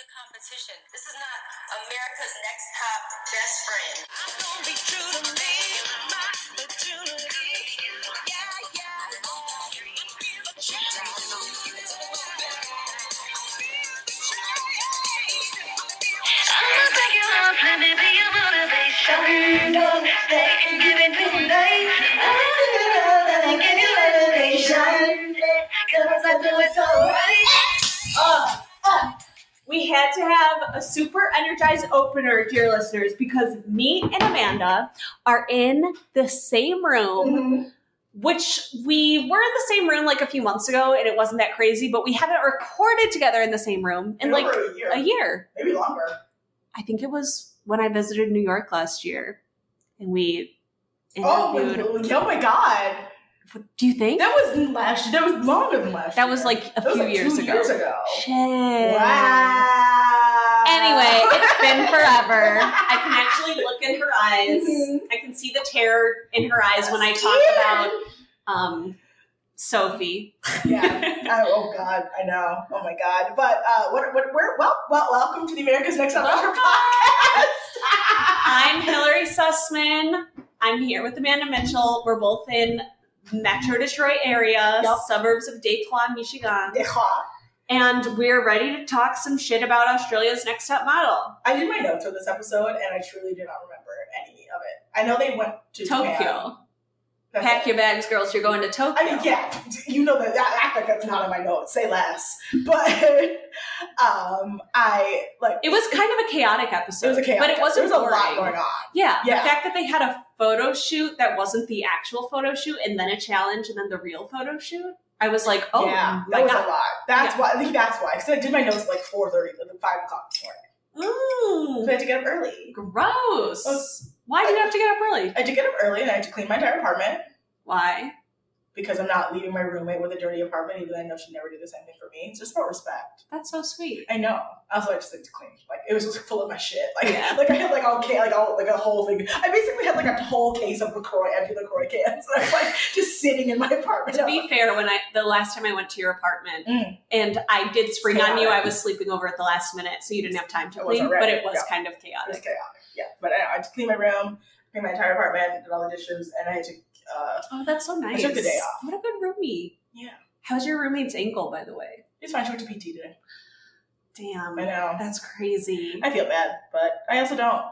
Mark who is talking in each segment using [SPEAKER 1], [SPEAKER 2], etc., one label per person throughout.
[SPEAKER 1] competition. This is not America's next top best friend. I'm gonna be true to me, my opportunity. Yeah, yeah. But you don't know you. I'm like your husband, baby, your motivation. Don't stay and give it to me. I'm give you motivation. Cause I do it so right. Oh, oh.
[SPEAKER 2] Uh, We had to have a super energized opener, dear listeners, because me and Amanda are in the same room, which we were in the same room like a few months ago, and it wasn't that crazy, but we haven't recorded together in the same room in like
[SPEAKER 3] Over a year,
[SPEAKER 2] a year.
[SPEAKER 3] maybe longer.
[SPEAKER 2] I think it was when I visited New York last year, and we
[SPEAKER 3] Oh,
[SPEAKER 2] interviewed.
[SPEAKER 3] my- oh my god,
[SPEAKER 2] Do you think?
[SPEAKER 3] that was last. That was longer than last.
[SPEAKER 2] That
[SPEAKER 3] year.
[SPEAKER 2] was like a
[SPEAKER 3] That was,
[SPEAKER 2] few
[SPEAKER 3] like,
[SPEAKER 2] years
[SPEAKER 3] two
[SPEAKER 2] ago.
[SPEAKER 3] Years ago.
[SPEAKER 2] Shit.
[SPEAKER 3] Wow. Uh.
[SPEAKER 2] Anyway, it's been forever. I can actually look in her eyes.
[SPEAKER 3] Mhm.
[SPEAKER 2] I can see the terror in her eyes when I talk about um, Sophie.
[SPEAKER 3] yeah. I- oh God, I know. Oh my God. But uh, what? What? Where? Well, well, welcome to the America's Next Top Model podcast.
[SPEAKER 2] I'm Hillary Sussman. I'm here with Amanda Mitchell. We're both in Metro Detroit area,
[SPEAKER 3] Yep.
[SPEAKER 2] suburbs of Detroit, Michigan,
[SPEAKER 3] Yeah.
[SPEAKER 2] and we're ready to talk some shit about Australia's Next Top Model,
[SPEAKER 3] I did my notes for this episode, and I truly do not remember any of it. I know they went to Japan.
[SPEAKER 2] Tokyo.
[SPEAKER 3] That's
[SPEAKER 2] Pack
[SPEAKER 3] it.
[SPEAKER 2] your bags, girls. You're going to Tokyo.
[SPEAKER 3] I mean, yeah, you know that. I act like that's not on my notes. Say less. But um, I like
[SPEAKER 2] It was kind of a chaotic episode,
[SPEAKER 3] it was a chaos.
[SPEAKER 2] but it wasn't
[SPEAKER 3] There was a lot
[SPEAKER 2] boring.
[SPEAKER 3] going on.
[SPEAKER 2] Yeah,
[SPEAKER 3] Yeah.
[SPEAKER 2] the fact that they had a photo shoot that wasn't the actual photo shoot, and then a challenge, and then the real photo shoot. I was like, oh
[SPEAKER 3] yeah, that
[SPEAKER 2] my
[SPEAKER 3] was
[SPEAKER 2] god,
[SPEAKER 3] a lot. That's why I think that's why because I did my notes at, like four thirty, like five o'clock this morning. So I
[SPEAKER 2] ooh,
[SPEAKER 3] had to get up
[SPEAKER 2] Mm,
[SPEAKER 3] early.
[SPEAKER 2] gross.
[SPEAKER 3] Well,
[SPEAKER 2] Why do you have to get up early?
[SPEAKER 3] I had to get up early and I had to clean my entire apartment
[SPEAKER 2] Why?
[SPEAKER 3] because I'm not leaving my roommate with a dirty apartment, even though I know she'd never do the same thing for me. It's just about respect.
[SPEAKER 2] That's so sweet.
[SPEAKER 3] I know. Also, I just like to clean. Like it was just full of my shit. Like
[SPEAKER 2] Yeah.
[SPEAKER 3] like I had like all ca- like all like a whole thing. I basically had like a whole case of Lacroix, empty Lacroix cans. And I was like just sitting in my apartment.
[SPEAKER 2] To be fair, when I the last time I went to your apartment
[SPEAKER 3] Mm.
[SPEAKER 2] and I did spring on you, I
[SPEAKER 3] Chaotic.
[SPEAKER 2] was sleeping over at the last minute, so you didn't have time to
[SPEAKER 3] It wasn't
[SPEAKER 2] clean.
[SPEAKER 3] ready.
[SPEAKER 2] But it was
[SPEAKER 3] Yeah.
[SPEAKER 2] kind of
[SPEAKER 3] It was
[SPEAKER 2] chaotic.
[SPEAKER 3] chaotic. Yeah, but I, I had to clean my room, clean my entire apartment, did all the dishes, and I had to. Uh,
[SPEAKER 2] Oh, that's so
[SPEAKER 3] I
[SPEAKER 2] nice.
[SPEAKER 3] took the day off.
[SPEAKER 2] What a good roomie.
[SPEAKER 3] yeah,
[SPEAKER 2] How's your roommate's ankle, by the way?
[SPEAKER 3] it's fine. She went to PT today.
[SPEAKER 2] Damn,
[SPEAKER 3] I know.
[SPEAKER 2] that's crazy.
[SPEAKER 3] I feel bad, but I also don't.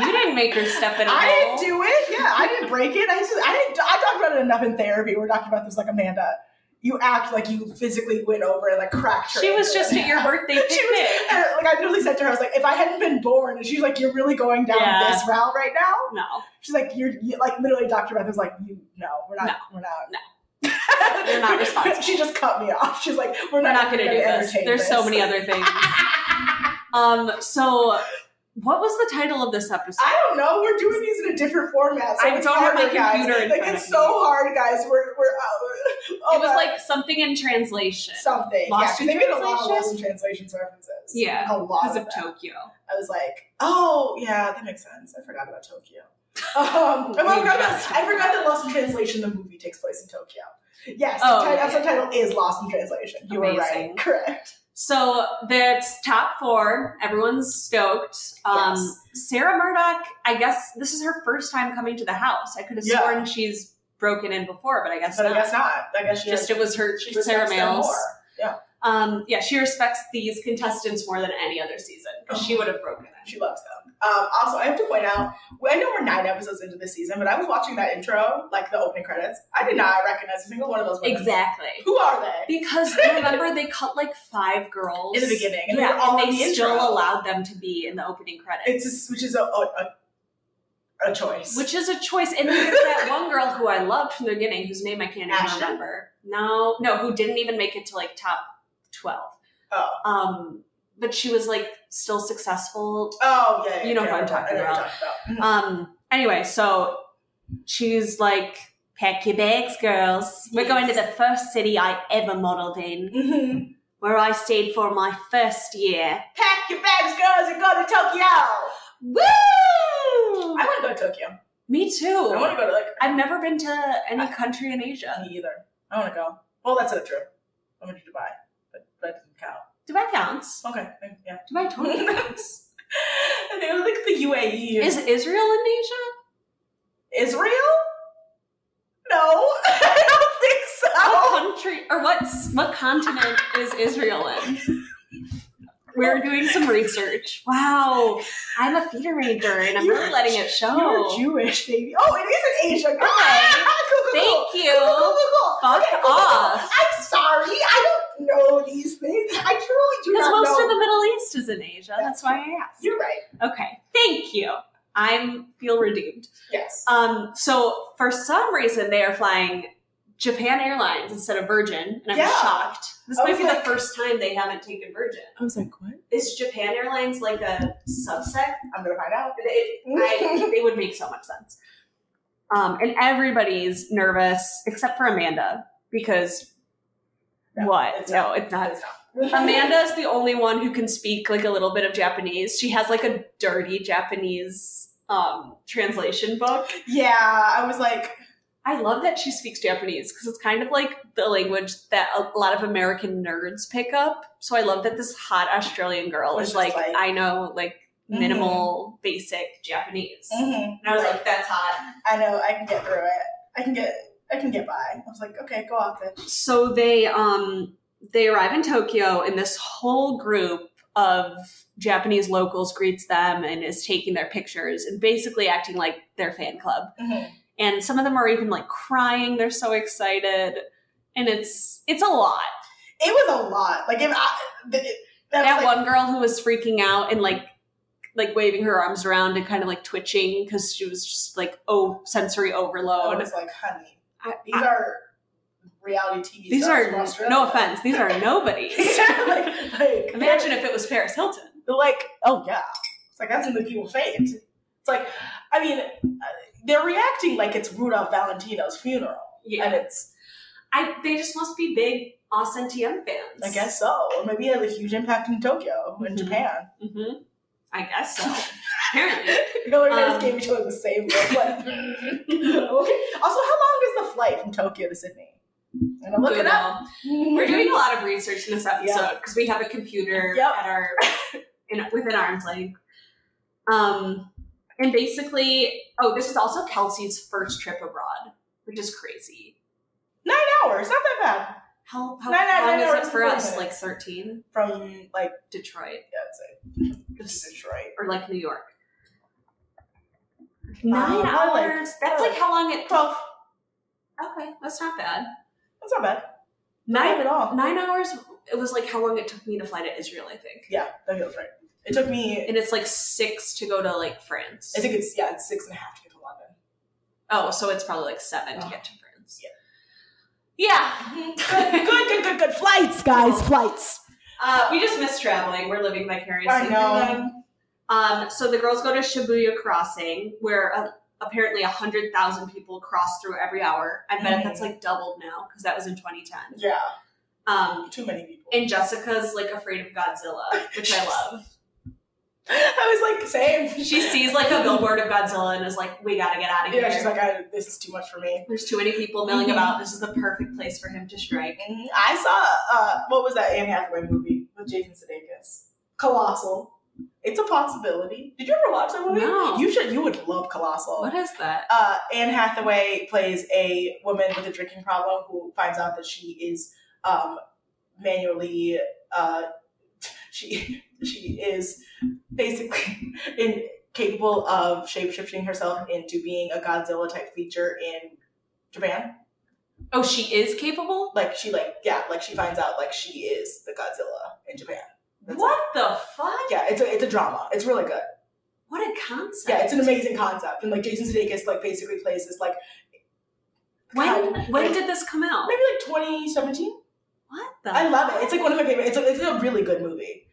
[SPEAKER 2] You didn't make her step in a
[SPEAKER 3] I
[SPEAKER 2] hole.
[SPEAKER 3] didn't do it. Yeah, I didn't break it. I just, I didn't. I talked about it enough in therapy. We're talking about this like Amanda. You act like you physically went over and like cracked her.
[SPEAKER 2] She was
[SPEAKER 3] ankle.
[SPEAKER 2] just at your birthday
[SPEAKER 3] She was,
[SPEAKER 2] picnic.
[SPEAKER 3] and, like I literally said to her, I was like, if I hadn't been born, and she's like, you're really going down
[SPEAKER 2] Yeah.
[SPEAKER 3] this route right now.
[SPEAKER 2] No,
[SPEAKER 3] She's like, you're you, like literally Dr. Beth was like, you no, we're not,
[SPEAKER 2] No.
[SPEAKER 3] we're not,
[SPEAKER 2] No. You're not responsible.
[SPEAKER 3] she just cut me off. She's like,
[SPEAKER 2] we're
[SPEAKER 3] we're,
[SPEAKER 2] not going
[SPEAKER 3] even
[SPEAKER 2] to do this.
[SPEAKER 3] entertain
[SPEAKER 2] There's so
[SPEAKER 3] this.
[SPEAKER 2] many other things. Um. So, what was the title of this episode?
[SPEAKER 3] I don't know. We're doing these in a different format. So
[SPEAKER 2] I
[SPEAKER 3] it's
[SPEAKER 2] don't have my
[SPEAKER 3] harder, guys.
[SPEAKER 2] computer in
[SPEAKER 3] Like
[SPEAKER 2] front
[SPEAKER 3] it's
[SPEAKER 2] of
[SPEAKER 3] so
[SPEAKER 2] me.
[SPEAKER 3] hard, guys. We're we're uh, oh
[SPEAKER 2] it was
[SPEAKER 3] my-
[SPEAKER 2] like something in translation
[SPEAKER 3] something. Yeah,
[SPEAKER 2] Lost
[SPEAKER 3] 'cause
[SPEAKER 2] in
[SPEAKER 3] they made a lot of
[SPEAKER 2] Translation?
[SPEAKER 3] lost in translations references.
[SPEAKER 2] Yeah,
[SPEAKER 3] a lot
[SPEAKER 2] because
[SPEAKER 3] of,
[SPEAKER 2] of
[SPEAKER 3] them.
[SPEAKER 2] Tokyo.
[SPEAKER 3] I was like, oh yeah, that makes sense. I forgot about Tokyo. Um, I,
[SPEAKER 2] We
[SPEAKER 3] forgot
[SPEAKER 2] just
[SPEAKER 3] that, I forgot that Lost in Translation, the movie takes place in Tokyo. Yes,
[SPEAKER 2] Oh,
[SPEAKER 3] the ti-
[SPEAKER 2] yeah.
[SPEAKER 3] episode title is Lost in Translation. You were right.
[SPEAKER 2] Amazing.
[SPEAKER 3] Correct.
[SPEAKER 2] So that's top four. Everyone's stoked. Um,
[SPEAKER 3] Yes.
[SPEAKER 2] Sarah Murdoch. I guess this is her first time coming to the house. I could have
[SPEAKER 3] Yeah.
[SPEAKER 2] sworn she's broken in before, but I guess
[SPEAKER 3] But I
[SPEAKER 2] not.
[SPEAKER 3] guess not. I guess she
[SPEAKER 2] Just it was her
[SPEAKER 3] she
[SPEAKER 2] Sarah
[SPEAKER 3] respects them
[SPEAKER 2] Mails.
[SPEAKER 3] more. Yeah,
[SPEAKER 2] Um, yeah, she respects these contestants more than any other season. 'cause She
[SPEAKER 3] Uh-huh.
[SPEAKER 2] would have broken it.
[SPEAKER 3] she loves them. Um, also, I have to point out, I know we're nine episodes into the season, but I was watching that intro, like the opening credits. I did not recognize a single one of those women.
[SPEAKER 2] Exactly.
[SPEAKER 3] Who are they?
[SPEAKER 2] Because remember, they cut like five girls
[SPEAKER 3] In the beginning, and
[SPEAKER 2] yeah,
[SPEAKER 3] they were all
[SPEAKER 2] and
[SPEAKER 3] in
[SPEAKER 2] they
[SPEAKER 3] the
[SPEAKER 2] still
[SPEAKER 3] intro.
[SPEAKER 2] allowed them to be in the opening credits,
[SPEAKER 3] It's just, which is a a, a, a choice.
[SPEAKER 2] which is a choice. And then there's that one girl who I loved from the beginning, whose name I can't even
[SPEAKER 3] Ashton?
[SPEAKER 2] remember. No, no, who didn't even make it to like top twelve.
[SPEAKER 3] Oh.
[SPEAKER 2] Um, but she was like still successful.
[SPEAKER 3] oh yeah, yeah
[SPEAKER 2] You know
[SPEAKER 3] yeah,
[SPEAKER 2] who I'm
[SPEAKER 3] I
[SPEAKER 2] talking
[SPEAKER 3] I know what you're
[SPEAKER 2] about.
[SPEAKER 3] talking about.
[SPEAKER 2] Um. Anyway, so she's like, "Pack your bags, girls. We're going to the first city I ever modeled in,
[SPEAKER 3] Mm-hmm.
[SPEAKER 2] where I stayed for my first year.
[SPEAKER 3] Pack your bags, girls, and go to Tokyo.
[SPEAKER 2] Woo!
[SPEAKER 3] I want to go to Tokyo.
[SPEAKER 2] Me
[SPEAKER 3] I want
[SPEAKER 2] too.
[SPEAKER 3] to go to like
[SPEAKER 2] I've never been to any country in Asia.
[SPEAKER 3] me either. I want to go. Well, that's not true. I went to Dubai, but that doesn't count.
[SPEAKER 2] Do I count?
[SPEAKER 3] Okay. Yeah.
[SPEAKER 2] Do I totally counts?
[SPEAKER 3] I think it was like the E UAE.
[SPEAKER 2] Is Israel in Asia?
[SPEAKER 3] Israel? No, I don't think so. Oh!
[SPEAKER 2] What country or what s- what continent is Israel in? We're doing some research. Wow, I'm a theater major and I'm
[SPEAKER 3] You're
[SPEAKER 2] really letting it
[SPEAKER 3] You're
[SPEAKER 2] show.
[SPEAKER 3] Jewish, baby. Oh, it is in Asia. Good.
[SPEAKER 2] Okay.
[SPEAKER 3] cool, cool, cool.
[SPEAKER 2] Thank
[SPEAKER 3] Cool, cool,
[SPEAKER 2] you.
[SPEAKER 3] cool, cool.
[SPEAKER 2] Fuck
[SPEAKER 3] Okay, cool, cool, cool.
[SPEAKER 2] off.
[SPEAKER 3] I'm sorry. I don't know these things. I truly do
[SPEAKER 2] Because
[SPEAKER 3] not
[SPEAKER 2] most
[SPEAKER 3] know.
[SPEAKER 2] of the Middle East is in Asia. That's why I asked.
[SPEAKER 3] You're right.
[SPEAKER 2] Okay, thank you. I'm feel redeemed.
[SPEAKER 3] Yes.
[SPEAKER 2] Um, so for some reason they are flying Japan Airlines instead of Virgin, and I'm
[SPEAKER 3] Yeah.
[SPEAKER 2] shocked. This
[SPEAKER 3] I
[SPEAKER 2] might
[SPEAKER 3] was
[SPEAKER 2] be
[SPEAKER 3] like-
[SPEAKER 2] the first time they haven't taken Virgin.
[SPEAKER 3] I was like, what?
[SPEAKER 2] Is Japan Airlines like a subset
[SPEAKER 3] I'm gonna find out.
[SPEAKER 2] It, I, it would make so much sense. Um, and everybody's nervous except for Amanda because
[SPEAKER 3] No,
[SPEAKER 2] what?
[SPEAKER 3] it's
[SPEAKER 2] no, it's not.
[SPEAKER 3] It's
[SPEAKER 2] Amanda's the only one who can speak like a little bit of Japanese. She has like a dirty Japanese um, translation book.
[SPEAKER 3] Yeah, I was like,
[SPEAKER 2] I love that she speaks Japanese because it's kind of like the language that a lot of American nerds pick up. So I love that this hot Australian girl
[SPEAKER 3] Was
[SPEAKER 2] is
[SPEAKER 3] just
[SPEAKER 2] like,
[SPEAKER 3] like-
[SPEAKER 2] I know like minimal, basic Japanese.
[SPEAKER 3] mhm.
[SPEAKER 2] And I was like, that's hot.
[SPEAKER 3] I know I can get through it. I can get. I can get by. I was like, okay, go off it.
[SPEAKER 2] So they um they arrive in Tokyo and this whole group of Japanese locals greets them and is taking their pictures and basically acting like their fan club.
[SPEAKER 3] Mhm.
[SPEAKER 2] And some of them are even like crying. They're so excited. And it's it's a lot.
[SPEAKER 3] It was a lot. Like if I, th- it- that,
[SPEAKER 2] that
[SPEAKER 3] was like,
[SPEAKER 2] one girl who was freaking out and like like waving her arms around and kind of like twitching because she was just like oh sensory
[SPEAKER 3] I
[SPEAKER 2] overload.
[SPEAKER 3] was like, honey,
[SPEAKER 2] I-
[SPEAKER 3] these are reality TV.
[SPEAKER 2] these
[SPEAKER 3] stars
[SPEAKER 2] are
[SPEAKER 3] from Australia.
[SPEAKER 2] no offense. These are nobodies.
[SPEAKER 3] like, like,
[SPEAKER 2] Imagine if it was Paris Hilton.
[SPEAKER 3] They're like, oh yeah. It's like that's in the people fate. It's like, I mean, uh, they're reacting like it's Rudolph Valentino's funeral,
[SPEAKER 2] Yeah.
[SPEAKER 3] and it's
[SPEAKER 2] I they just must be big Austin TM fans.
[SPEAKER 3] I guess so. Or maybe it had a huge impact in Tokyo and
[SPEAKER 2] Mhm.
[SPEAKER 3] Japan.
[SPEAKER 2] hmm I guess so. Apparently,
[SPEAKER 3] Hillary um, just
[SPEAKER 2] Um,
[SPEAKER 3] gave each other the same look. Like, okay. Also, how long is the flight from Tokyo to Sydney? I'm gonna look it up.
[SPEAKER 2] Google. We're doing a lot of research in this episode because we have a computer
[SPEAKER 3] Yep.
[SPEAKER 2] at our in, within arm's length. Um, and basically, oh, this is also Kelsey's first trip abroad, which is crazy.
[SPEAKER 3] nine hours. Not that bad.
[SPEAKER 2] How how
[SPEAKER 3] Nine, nine,
[SPEAKER 2] long
[SPEAKER 3] nine
[SPEAKER 2] is
[SPEAKER 3] hours
[SPEAKER 2] it for
[SPEAKER 3] and
[SPEAKER 2] us?
[SPEAKER 3] forty
[SPEAKER 2] Like thirteen,
[SPEAKER 3] From like
[SPEAKER 2] Detroit,
[SPEAKER 3] yeah, it's like
[SPEAKER 2] just
[SPEAKER 3] Detroit.
[SPEAKER 2] or like New York. Nine
[SPEAKER 3] I like-
[SPEAKER 2] hours. That's like how long it.
[SPEAKER 3] Twelve.
[SPEAKER 2] Okay, that's not bad.
[SPEAKER 3] That's not bad. Not bad
[SPEAKER 2] Nine
[SPEAKER 3] at all.
[SPEAKER 2] nine hours. It was like how long it took me to fly to Israel, I think.
[SPEAKER 3] Yeah, that feels right. It took me.
[SPEAKER 2] And it's like six to go to like France.
[SPEAKER 3] I think it's yeah, it's six and a half to get to London.
[SPEAKER 2] oh, so it's probably like seven to get to France.
[SPEAKER 3] Yeah.
[SPEAKER 2] Oh. Yeah.
[SPEAKER 3] good, good, good, good. Flights, guys, flights.
[SPEAKER 2] uh, we just miss traveling. We're living vicariously
[SPEAKER 3] I
[SPEAKER 2] through
[SPEAKER 3] know.
[SPEAKER 2] them. Um, so the girls go to Shibuya Crossing, where uh, apparently a hundred thousand people cross through every hour. I bet
[SPEAKER 3] Mhm.
[SPEAKER 2] that's like doubled now because that was in 2010.
[SPEAKER 3] Yeah,
[SPEAKER 2] Um,
[SPEAKER 3] too many people.
[SPEAKER 2] and Jessica's like afraid of Godzilla, which I love.
[SPEAKER 3] I was like, same.
[SPEAKER 2] She sees like a billboard of Godzilla and is like, "We gotta get out of here."
[SPEAKER 3] Yeah, she's like, Mm-hmm. I, this is too much for me.
[SPEAKER 2] "There's too many people milling about. This is the perfect place for him to strike."
[SPEAKER 3] Mhm. I saw uh, what was that Anne Hathaway movie with Jason Sudeikis? Colossal. It's a possibility. Did you ever watch that movie?
[SPEAKER 2] No.
[SPEAKER 3] You should. You would love Colossal.
[SPEAKER 2] is that?
[SPEAKER 3] Uh, Anne Hathaway plays a woman with a drinking problem who finds out that she is um, manually. Uh, she she is basically incapable of shape shifting herself into being a Godzilla type feature in Japan
[SPEAKER 2] Oh, she is capable.
[SPEAKER 3] like she like yeah like she finds out like she is the Godzilla in Japan. That's
[SPEAKER 2] What the fuck?
[SPEAKER 3] it. Yeah, it's a it's a drama. It's really good.
[SPEAKER 2] What a concept.
[SPEAKER 3] Yeah, it's an amazing concept. And like Jason Sudeikis like basically plays this like
[SPEAKER 2] when
[SPEAKER 3] kind-
[SPEAKER 2] when did this come out?
[SPEAKER 3] maybe like 2017.
[SPEAKER 2] What the?
[SPEAKER 3] I love it. It's like one of my favorite. It's a, it's a really good movie.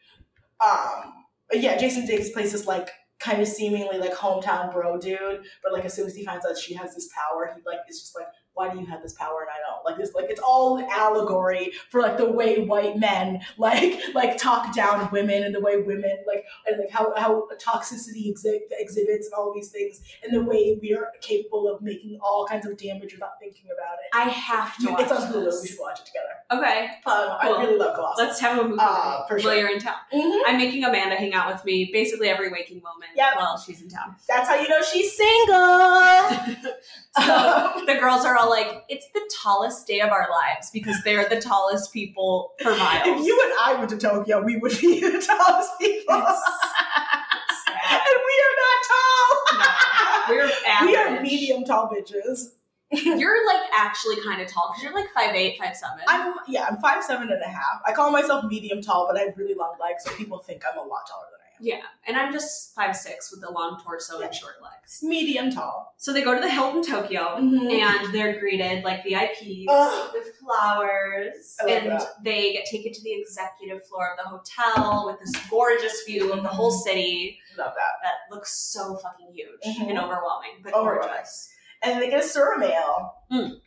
[SPEAKER 3] Um, but yeah, Jason Sudeikis plays this like kind of seemingly like hometown bro dude, but like as soon as he finds out she has this power, he like is just like why do you have this power and I don't? Like this, like it's all an allegory for like the way white men like like talk down women and the way women like and like how how toxicity exhi- exhibits and all these things and the way we are capable of making all kinds of damage without thinking about it.
[SPEAKER 2] I have to.
[SPEAKER 3] You-
[SPEAKER 2] Watch
[SPEAKER 3] it's on Hulu. We
[SPEAKER 2] this.
[SPEAKER 3] should watch it together.
[SPEAKER 2] Okay,
[SPEAKER 3] Um,
[SPEAKER 2] Cool.
[SPEAKER 3] I really love Colossus.
[SPEAKER 2] let's mm-hmm. have a movie
[SPEAKER 3] Uh,
[SPEAKER 2] night
[SPEAKER 3] for
[SPEAKER 2] while
[SPEAKER 3] sure.
[SPEAKER 2] you're in town.
[SPEAKER 3] Mhm.
[SPEAKER 2] I'm making Amanda hang out with me basically every waking moment
[SPEAKER 3] Yep.
[SPEAKER 2] while she's in town.
[SPEAKER 3] That's how you know she's single.
[SPEAKER 2] So the girls are all like, "It's the tallest day of our lives because they're the tallest people for miles."
[SPEAKER 3] If you and I went to Tokyo, we would be the tallest people. and
[SPEAKER 2] Sad.
[SPEAKER 3] we are not tall.
[SPEAKER 2] No. We're
[SPEAKER 3] We are
[SPEAKER 2] average.
[SPEAKER 3] medium tall bitches.
[SPEAKER 2] You're like actually kind of tall because you're like five eight, five seven.
[SPEAKER 3] I'm yeah, I'm five seven and a half. I call myself medium tall, but I have really long legs, so people think I'm a lot taller than I am.
[SPEAKER 2] yeah, and I'm just five six with a long torso and short legs.
[SPEAKER 3] Medium tall.
[SPEAKER 2] So they go to the Hilton Tokyo
[SPEAKER 3] Mm-hmm.
[SPEAKER 2] and they're greeted like VIPs
[SPEAKER 3] Ugh.
[SPEAKER 2] with flowers,
[SPEAKER 3] Uh, I love
[SPEAKER 2] and
[SPEAKER 3] that.
[SPEAKER 2] they get taken to the executive floor of the hotel with this gorgeous view of the whole city
[SPEAKER 3] Love that.
[SPEAKER 2] that looks so fucking huge
[SPEAKER 3] Mhm.
[SPEAKER 2] and overwhelming, but
[SPEAKER 3] Overwhelming.
[SPEAKER 2] gorgeous.
[SPEAKER 3] And they get a surmail.
[SPEAKER 2] Mm.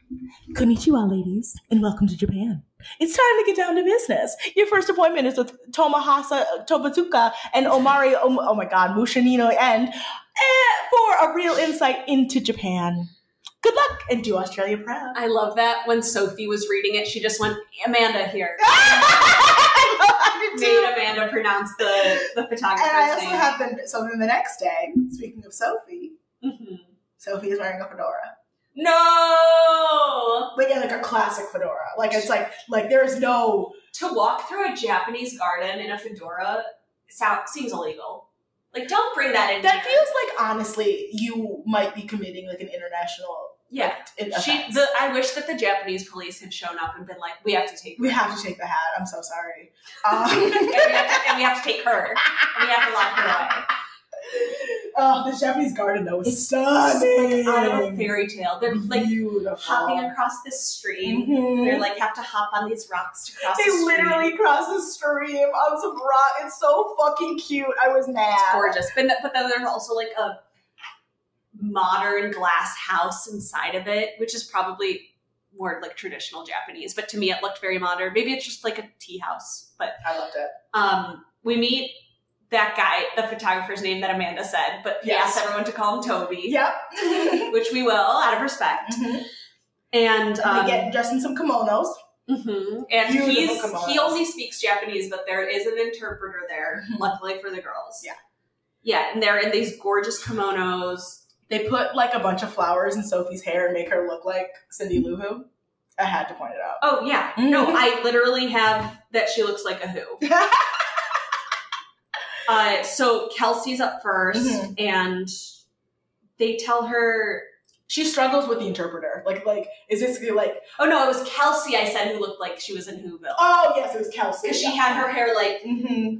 [SPEAKER 3] Konnichiwa, ladies, and welcome to Japan. It's time to get down to business. Your first appointment is with Tomohasa Tobatuka and Omari, oh, oh my god, Mushinino and eh, for a real insight into Japan. Good luck and do Australia proud.
[SPEAKER 2] I love that when Sophie was reading it, she just went, Amanda here.
[SPEAKER 3] I did too.
[SPEAKER 2] Made Amanda pronounce the, the photographer's
[SPEAKER 3] And I also
[SPEAKER 2] name.
[SPEAKER 3] have them. So then the next day, speaking of Sophie,
[SPEAKER 2] Mhm.
[SPEAKER 3] Sophie is wearing a fedora,
[SPEAKER 2] No!
[SPEAKER 3] but yeah, like a classic fedora. Like it's like like there is no
[SPEAKER 2] To walk through a Japanese garden in a fedora sound, seems illegal. Like, don't bring that in. here.
[SPEAKER 3] That feels like honestly, you might be committing like an international.
[SPEAKER 2] Yeah.
[SPEAKER 3] in-
[SPEAKER 2] She,
[SPEAKER 3] offense.
[SPEAKER 2] the, I wish that the Japanese police had shown up and been like, we have to take
[SPEAKER 3] we have to take the hat. I'm so sorry.
[SPEAKER 2] and, we
[SPEAKER 3] Um,
[SPEAKER 2] have to, and we have to take her. And we have to lock her away.
[SPEAKER 3] oh, the Japanese garden though was stunning.
[SPEAKER 2] It's like out of a fairy tale. They're like
[SPEAKER 3] beautiful.
[SPEAKER 2] hopping across this stream.
[SPEAKER 3] Mhm.
[SPEAKER 2] They're like have to hop on these rocks to cross.
[SPEAKER 3] they
[SPEAKER 2] the stream.
[SPEAKER 3] literally cross the stream on some rock. It's so fucking cute. I was mad.
[SPEAKER 2] it's gorgeous. But th- but then there's also like a modern glass house inside of it, which is probably more like traditional Japanese. But to me, it looked very modern. Maybe it's just like a tea house. But
[SPEAKER 3] I loved it.
[SPEAKER 2] um, we meet that guy, the photographer's name that Amanda said, but he
[SPEAKER 3] Yes.
[SPEAKER 2] asked everyone to call him Toby,
[SPEAKER 3] Yep.
[SPEAKER 2] which we will out of respect.
[SPEAKER 3] Mhm.
[SPEAKER 2] And
[SPEAKER 3] And
[SPEAKER 2] um,
[SPEAKER 3] they get dressed in some kimonos.
[SPEAKER 2] hmm And
[SPEAKER 3] Beautiful
[SPEAKER 2] he's he
[SPEAKER 3] kimonos.
[SPEAKER 2] only speaks Japanese, but there is an interpreter there,
[SPEAKER 3] Mhm.
[SPEAKER 2] luckily for the girls.
[SPEAKER 3] Yeah.
[SPEAKER 2] Yeah, and they're in these gorgeous kimonos.
[SPEAKER 3] They put like a bunch of flowers in Sophie's hair and make her look like Cindy Lou Who. I had to point it out.
[SPEAKER 2] Oh yeah. No,
[SPEAKER 3] Mm-hmm.
[SPEAKER 2] I literally have that she looks like a who. Uh, so Kelsey's up 1st
[SPEAKER 3] Mhm.
[SPEAKER 2] and they tell her
[SPEAKER 3] she struggles with the interpreter. Like, like is basically like,
[SPEAKER 2] oh no, it was Kelsey I said who looked like she was in Whoville.
[SPEAKER 3] oh yes, it was Kelsey.
[SPEAKER 2] Because she had her hair like
[SPEAKER 3] hmm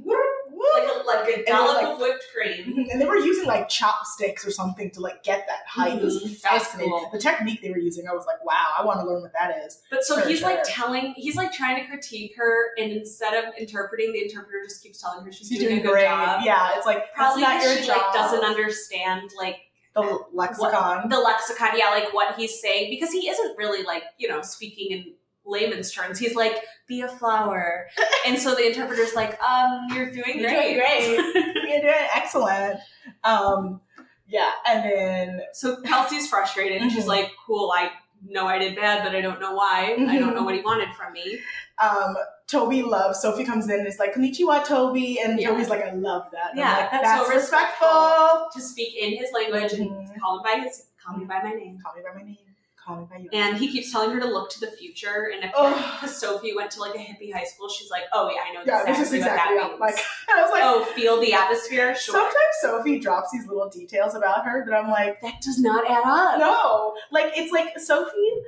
[SPEAKER 2] like a, like a
[SPEAKER 3] It was
[SPEAKER 2] dollop
[SPEAKER 3] like-
[SPEAKER 2] of whipped cream.
[SPEAKER 3] Mm-hmm. And they were using like chopsticks or something to like get that height. It was
[SPEAKER 2] Mhm.
[SPEAKER 3] fascinating.
[SPEAKER 2] That's cool.
[SPEAKER 3] The technique they were using, I was like, wow, I want to learn what that is.
[SPEAKER 2] But so
[SPEAKER 3] Sure,
[SPEAKER 2] he's like
[SPEAKER 3] sure.
[SPEAKER 2] telling, he's like trying to critique her, and instead of interpreting, the interpreter just keeps telling her she's,
[SPEAKER 3] She's
[SPEAKER 2] doing,
[SPEAKER 3] doing
[SPEAKER 2] a good
[SPEAKER 3] great.
[SPEAKER 2] job.
[SPEAKER 3] Yeah, it's like
[SPEAKER 2] Probably
[SPEAKER 3] that's not your
[SPEAKER 2] because she
[SPEAKER 3] job.
[SPEAKER 2] like doesn't understand like
[SPEAKER 3] the lexicon.
[SPEAKER 2] the lexicon, yeah, like what he's saying because he isn't really like you know speaking in layman's terms. He's like be a flower, and so the interpreter's like, um, you're doing
[SPEAKER 3] You're
[SPEAKER 2] great,
[SPEAKER 3] doing You're doing excellent. Um, yeah, and then
[SPEAKER 2] So Kelsey's frustrated. and She's
[SPEAKER 3] Mhm.
[SPEAKER 2] like, cool, I know I did bad, but I don't know why. I don't know
[SPEAKER 3] Mhm.
[SPEAKER 2] what he wanted from me.
[SPEAKER 3] um, Toby loves. Sophie comes in and it's like, Konnichiwa, Toby. And
[SPEAKER 2] Yeah.
[SPEAKER 3] Toby's like, I love that. And I'm
[SPEAKER 2] Yeah,
[SPEAKER 3] like,
[SPEAKER 2] that's so respectful. To speak in his language and
[SPEAKER 3] Mhm.
[SPEAKER 2] call him by his call me by my name.
[SPEAKER 3] Call me by my name. Call me by your
[SPEAKER 2] And he keeps telling her to look to the future. And
[SPEAKER 3] Ugh.
[SPEAKER 2] because Sophie went to like a hippie high school, she's like, "Oh yeah, I know
[SPEAKER 3] Yeah, this is
[SPEAKER 2] exactly what
[SPEAKER 3] exactly
[SPEAKER 2] that
[SPEAKER 3] it.
[SPEAKER 2] means."
[SPEAKER 3] Like, I was like,
[SPEAKER 2] oh, feel the atmosphere. Sure,
[SPEAKER 3] sometimes Sophie drops these little details about her that I'm like,
[SPEAKER 2] that does not add up.
[SPEAKER 3] no. Like, it's like Sophie.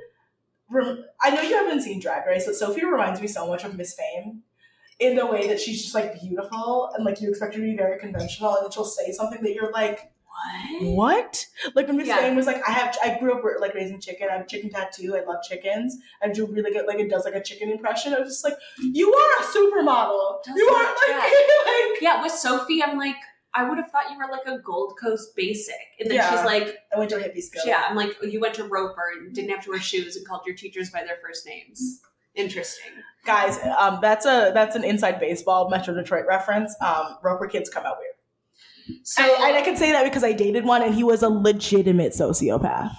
[SPEAKER 3] Rem- I know you haven't seen Drag Race, but Sophie reminds me so much of Miss Fame in the way that she's just like beautiful and like you expect her to be very conventional, and then she'll say something that you're like,
[SPEAKER 2] What?
[SPEAKER 3] what? Like when Miss
[SPEAKER 2] Yeah.
[SPEAKER 3] Fame was like, I have, I grew up with, like raising chicken. I have a chicken tattoo. I love chickens. I do really good, like it does like a chicken impression. I was just like, you are a supermodel.
[SPEAKER 2] Does
[SPEAKER 3] you are
[SPEAKER 2] not
[SPEAKER 3] like,
[SPEAKER 2] check.
[SPEAKER 3] like
[SPEAKER 2] Yeah, with Sophie, I'm like, I would have thought you were like a Gold Coast basic. And then
[SPEAKER 3] Yeah.
[SPEAKER 2] she's like,
[SPEAKER 3] I went to a hippie school.
[SPEAKER 2] yeah, I'm like, oh, you went to Roper and didn't have to wear shoes and called your teachers by their first names. Interesting.
[SPEAKER 3] Guys, um, that's a that's an inside baseball Metro Detroit reference. Um, Roper kids come out weird.
[SPEAKER 2] So,
[SPEAKER 3] I, I, I can say that because I dated one and he was a legitimate sociopath.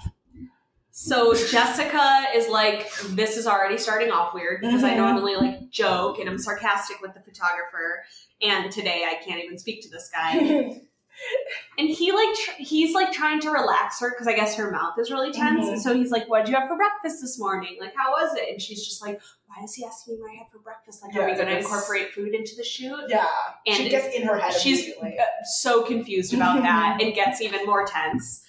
[SPEAKER 2] so Jessica is like, this is already starting off weird because I
[SPEAKER 3] Mhm.
[SPEAKER 2] normally like joke and I'm sarcastic with the photographer. And today I can't even speak to this guy. And he like tr- he's like trying to relax her because I guess her mouth is really tense.
[SPEAKER 3] Mhm.
[SPEAKER 2] And so he's like, "What'd you have for breakfast this morning? Like, how was it?" And she's just like, "Why is he asking me what I had for breakfast? Like, are we
[SPEAKER 3] Yeah,
[SPEAKER 2] going to
[SPEAKER 3] it's-
[SPEAKER 2] incorporate food into the shoot?"
[SPEAKER 3] yeah,
[SPEAKER 2] And
[SPEAKER 3] she gets in her head.
[SPEAKER 2] she's- uh,
[SPEAKER 3] immediately.
[SPEAKER 2] So confused about that, and gets even more tense.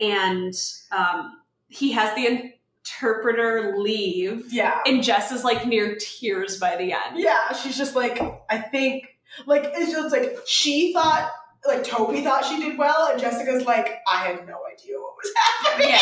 [SPEAKER 2] And um, he has the interpreter leave,
[SPEAKER 3] yeah,
[SPEAKER 2] and Jess is like near tears by the end.
[SPEAKER 3] yeah. She's just like I think like it's just like she thought like Toby thought she did well, and Jessica's like I have no idea what was happening.
[SPEAKER 2] Yeah.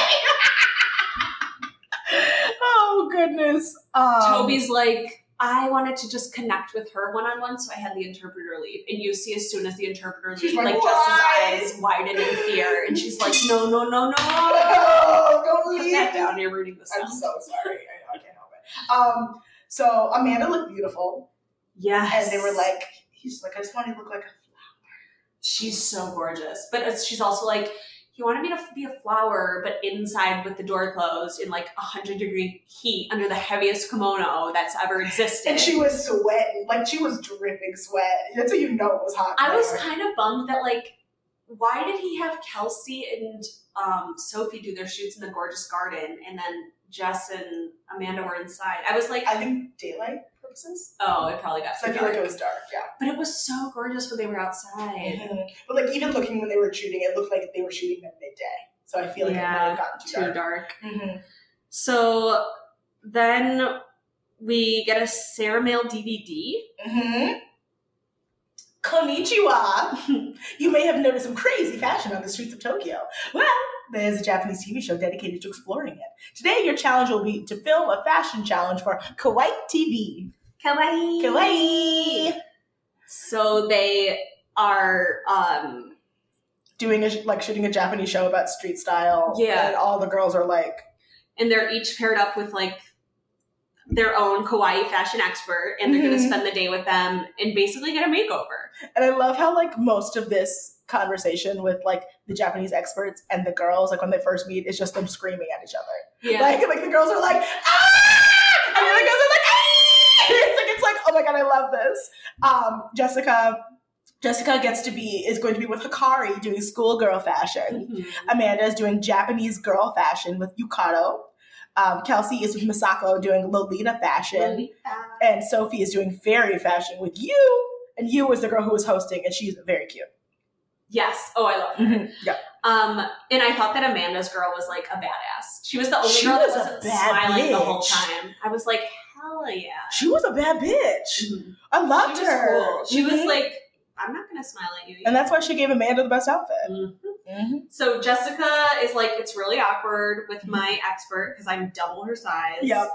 [SPEAKER 3] oh goodness, um,
[SPEAKER 2] Toby's like, I wanted to just connect with her one on one, so I had the interpreter leave. And you see, as soon as the interpreter
[SPEAKER 3] She's
[SPEAKER 2] leaves,
[SPEAKER 3] like,
[SPEAKER 2] like,
[SPEAKER 3] "Why?"
[SPEAKER 2] Jess's eyes widen in fear, and she's like, No, no, no, no.
[SPEAKER 3] Oh, don't
[SPEAKER 2] Put
[SPEAKER 3] leave.
[SPEAKER 2] that down. You're ruining the
[SPEAKER 3] I'm
[SPEAKER 2] sound.
[SPEAKER 3] so sorry. I, I can't help it. Um, so Amanda looked beautiful,
[SPEAKER 2] yes.
[SPEAKER 3] and they were like, he's like, I just want to look like a
[SPEAKER 2] She's so gorgeous, but it's- she's also like. You wanted me to be a flower, but inside with the door closed in like 100 degree heat under the heaviest kimono that's ever existed.
[SPEAKER 3] And she was sweating, like she was dripping sweat. That's how you know it was hot.
[SPEAKER 2] I was
[SPEAKER 3] there.
[SPEAKER 2] kind of bummed that like, why did he have Kelsey and um, Sophie do their shoots in the gorgeous garden, and then Jess and Amanda were inside? I was like,
[SPEAKER 3] I think daylight purposes.
[SPEAKER 2] oh, it probably got
[SPEAKER 3] So
[SPEAKER 2] so
[SPEAKER 3] I feel like
[SPEAKER 2] dark.
[SPEAKER 3] it was dark. Yeah.
[SPEAKER 2] But it was so gorgeous when they were outside.
[SPEAKER 3] But like even looking when they were shooting, it looked like they were shooting them midday. So I feel like it might
[SPEAKER 2] Yeah, Mm-hmm.
[SPEAKER 3] have gotten too
[SPEAKER 2] Too
[SPEAKER 3] dark.
[SPEAKER 2] dark.
[SPEAKER 3] Mhm.
[SPEAKER 2] So then we get a Sarah Mail DVD.
[SPEAKER 3] Mm-hmm. Konnichiwa. you may have noticed some crazy fashion on the streets of Tokyo. Well, there's a Japanese TV show dedicated to exploring it. Today, your challenge will be to film a fashion challenge for Kawaii TV.
[SPEAKER 2] Kawaii. Mm.
[SPEAKER 3] Kawaii!
[SPEAKER 2] So they are um
[SPEAKER 3] Doing a, sh- like shooting a Japanese show about street style.
[SPEAKER 2] Yeah.
[SPEAKER 3] And all the girls are like,
[SPEAKER 2] and they're each paired up with like their own kawaii fashion expert and they're going to
[SPEAKER 3] Mhm.
[SPEAKER 2] spend the day with them and basically get a makeover
[SPEAKER 3] and I love how like most of this conversation with like the Japanese experts and the girls, like when they first meet, is just them screaming at each other.
[SPEAKER 2] yeah
[SPEAKER 3] Like, like the girls are like, ah! And the other girls are like, ah! It's like, it's like, oh my god, I love this. Um, Jessica, Jessica gets to be is going to be with Hikari doing schoolgirl fashion.
[SPEAKER 2] Mhm.
[SPEAKER 3] Amanda is doing Japanese girl fashion with Yukado. Um, Kelsey is with Masako doing Lolita fashion, and Sophie is doing fairy fashion with you. And you is the girl who was hosting, and she's very cute.
[SPEAKER 2] yes oh i love her
[SPEAKER 3] Yeah,
[SPEAKER 2] um and i thought that amanda's girl was like a badass she was the only
[SPEAKER 3] She
[SPEAKER 2] girl that
[SPEAKER 3] was a
[SPEAKER 2] wasn't
[SPEAKER 3] bad
[SPEAKER 2] smiling the whole
[SPEAKER 3] bitch.
[SPEAKER 2] time i was like hell yeah
[SPEAKER 3] she was a bad bitch. I loved
[SPEAKER 2] she was
[SPEAKER 3] her.
[SPEAKER 2] cool she was
[SPEAKER 3] Mhm.
[SPEAKER 2] like i'm not going to smile at you
[SPEAKER 3] and that's why she gave Amanda the best outfit.
[SPEAKER 2] Mhm.
[SPEAKER 3] Mm-hmm.
[SPEAKER 2] So Jessica is like, it's really awkward with my expert because I'm double her size.
[SPEAKER 3] Yep.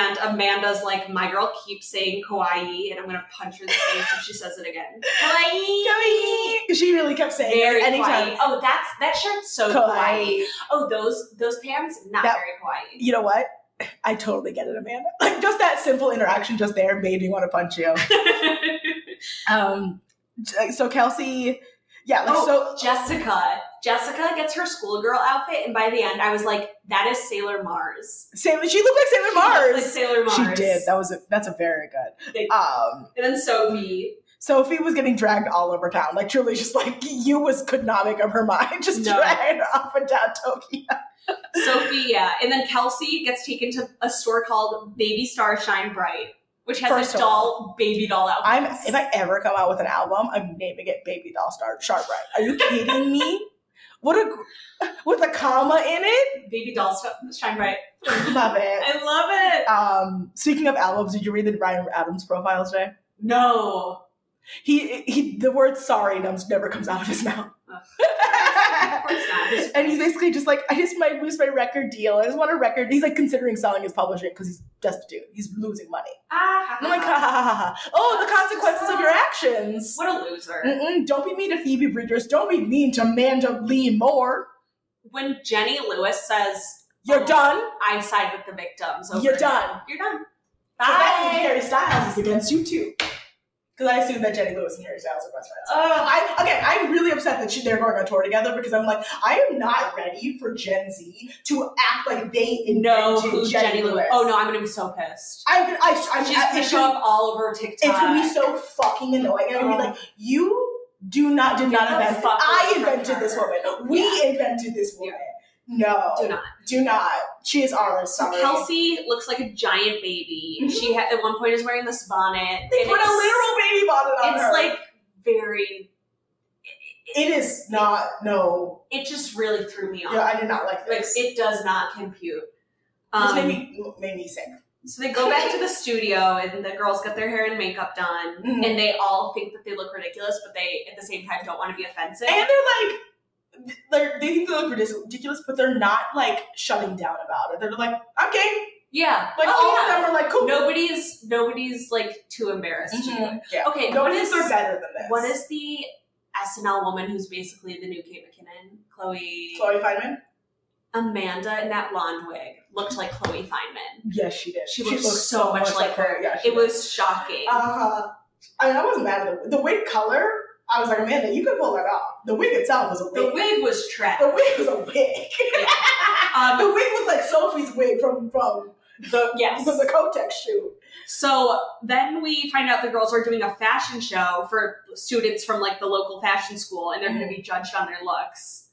[SPEAKER 2] And Amanda's like, my girl keeps saying kawaii, and I'm gonna punch her in the face if she says it again. Kawaii.
[SPEAKER 3] Kawaii. She really kept saying
[SPEAKER 2] Very
[SPEAKER 3] it anytime.
[SPEAKER 2] kawaii. Oh, that's that shirt's so kawaii.
[SPEAKER 3] Kawaii.
[SPEAKER 2] Oh, those those pants not
[SPEAKER 3] That-
[SPEAKER 2] very kawaii.
[SPEAKER 3] You know what? I totally get it, Amanda. Like just that simple interaction just there made me want to punch you. Um so Kelsey yeah, like
[SPEAKER 2] Oh,
[SPEAKER 3] so
[SPEAKER 2] Jessica. Jessica gets her schoolgirl outfit, and by the end, I was like, that is Sailor Mars.
[SPEAKER 3] Sailor, she looked like Sailor
[SPEAKER 2] She looks
[SPEAKER 3] Mars.
[SPEAKER 2] like Sailor
[SPEAKER 3] She
[SPEAKER 2] Mars.
[SPEAKER 3] did. That was a, that's a very good.
[SPEAKER 2] They-
[SPEAKER 3] Um
[SPEAKER 2] and then Sophie.
[SPEAKER 3] Sophie was getting dragged all over town. Like truly just like you was could not make up her mind. Just
[SPEAKER 2] No.
[SPEAKER 3] dragged up and down Tokyo.
[SPEAKER 2] Sophie, yeah. And then Kelsey gets taken to a store called Baby Star Shine Bright, which has
[SPEAKER 3] First
[SPEAKER 2] a
[SPEAKER 3] of
[SPEAKER 2] doll baby doll outfit.
[SPEAKER 3] I'm if I ever come out with an album, I'm naming it Baby Doll Star Sharp Right. Are you kidding me? What a gr- with a comma in it.
[SPEAKER 2] baby doll Sh- Shine Bright.
[SPEAKER 3] Love it.
[SPEAKER 2] I love it.
[SPEAKER 3] Um, speaking of albums, did you read the Ryan Adams profile today?
[SPEAKER 2] No.
[SPEAKER 3] He he. The word "sorry" nums never comes out of his mouth.
[SPEAKER 2] Oh. Of course not.
[SPEAKER 3] and he's basically just like, I just might lose my record deal. I just want a record. He's like considering selling his publishing because he's destitute. He's losing money.
[SPEAKER 2] Ah,
[SPEAKER 3] And I'm like, ha ha ha ha. ha. Oh, the consequences of your actions.
[SPEAKER 2] what a loser.
[SPEAKER 3] Mm-mm, don't be mean to Phoebe Bridgers. Don't be mean to Amanda Lee Moore.
[SPEAKER 2] When Jenny Lewis says,
[SPEAKER 3] You're
[SPEAKER 2] Oh.
[SPEAKER 3] done.
[SPEAKER 2] I side with the victims. Over
[SPEAKER 3] You're
[SPEAKER 2] you."
[SPEAKER 3] done.
[SPEAKER 2] You're done.
[SPEAKER 3] 'Cause that means
[SPEAKER 2] Bye.
[SPEAKER 3] Harry Styles is against you too. Because I assume that Jenny Lewis and Harry Styles are best friends.
[SPEAKER 2] Ugh.
[SPEAKER 3] I, again, I'm really upset that she, they're going on tour together because I'm like, I am not ready for Gen Z to act like they invented
[SPEAKER 2] know
[SPEAKER 3] Jenny,
[SPEAKER 2] who Jenny
[SPEAKER 3] Lewis.
[SPEAKER 2] Lewis. Oh no, I'm gonna be so pissed.
[SPEAKER 3] I, I, I, I,
[SPEAKER 2] She's
[SPEAKER 3] I-
[SPEAKER 2] gonna show up all over TikTok.
[SPEAKER 3] it's gonna be so fucking annoying. And I'm gonna be like, you do not did
[SPEAKER 2] Get
[SPEAKER 3] not
[SPEAKER 2] the
[SPEAKER 3] invent this.
[SPEAKER 2] Oh. fuck
[SPEAKER 3] I
[SPEAKER 2] away from
[SPEAKER 3] invented
[SPEAKER 2] her.
[SPEAKER 3] this woman. We invented this woman. No,
[SPEAKER 2] do not.
[SPEAKER 3] do not. She is ours. Sorry.
[SPEAKER 2] Kelsey looks like a giant baby.
[SPEAKER 3] Mhm.
[SPEAKER 2] She ha- at one point is wearing this bonnet.
[SPEAKER 3] they
[SPEAKER 2] and
[SPEAKER 3] put a
[SPEAKER 2] it's-
[SPEAKER 3] literal baby bonnet on
[SPEAKER 2] It's
[SPEAKER 3] her.
[SPEAKER 2] like very.
[SPEAKER 3] it is not. No,
[SPEAKER 2] It just really threw me off.
[SPEAKER 3] yeah, I did not like
[SPEAKER 2] like
[SPEAKER 3] this.
[SPEAKER 2] it does not compute.
[SPEAKER 3] This
[SPEAKER 2] Um,
[SPEAKER 3] made me made me sick.
[SPEAKER 2] So they go back to the studio, and the girls get their hair and makeup done,
[SPEAKER 3] Mhm.
[SPEAKER 2] and they all think that they look ridiculous, but they at the same time don't want to be offensive.
[SPEAKER 3] And they're like, they're, they think they look ridic- ridiculous, but they're not like shutting down about it. They're like, okay,
[SPEAKER 2] yeah,
[SPEAKER 3] like
[SPEAKER 2] Oh,
[SPEAKER 3] all
[SPEAKER 2] yeah.
[SPEAKER 3] of them are like, cool.
[SPEAKER 2] nobody's nobody's like too embarrassed to do it.
[SPEAKER 3] Mhm. Yeah.
[SPEAKER 2] mm-hmm. Okay,
[SPEAKER 3] No
[SPEAKER 2] what
[SPEAKER 3] one thinks
[SPEAKER 2] is
[SPEAKER 3] they're better than this.
[SPEAKER 2] what is the SNL woman who's basically the new Kate McKinnon? Chloe
[SPEAKER 3] Chloe Feynman?
[SPEAKER 2] Amanda in that blonde wig looked like Chloe Feynman.
[SPEAKER 3] Yes, she did.
[SPEAKER 2] She, looks so, much, like her.
[SPEAKER 3] Yeah,
[SPEAKER 2] it was shocking.
[SPEAKER 3] Uh, I mean, I wasn't mad at the, the wig color. I was like, Amanda, you could pull that off. The wig itself was a
[SPEAKER 2] the
[SPEAKER 3] wig.
[SPEAKER 2] wig was trash.
[SPEAKER 3] The wig was a wig.
[SPEAKER 2] Um,
[SPEAKER 3] the wig looked like Sophie's wig from from the
[SPEAKER 2] Yes.
[SPEAKER 3] from the Kotex shoot.
[SPEAKER 2] So then we find out the girls are doing a fashion show for students from like the local fashion school, and they're going to be judged on their looks.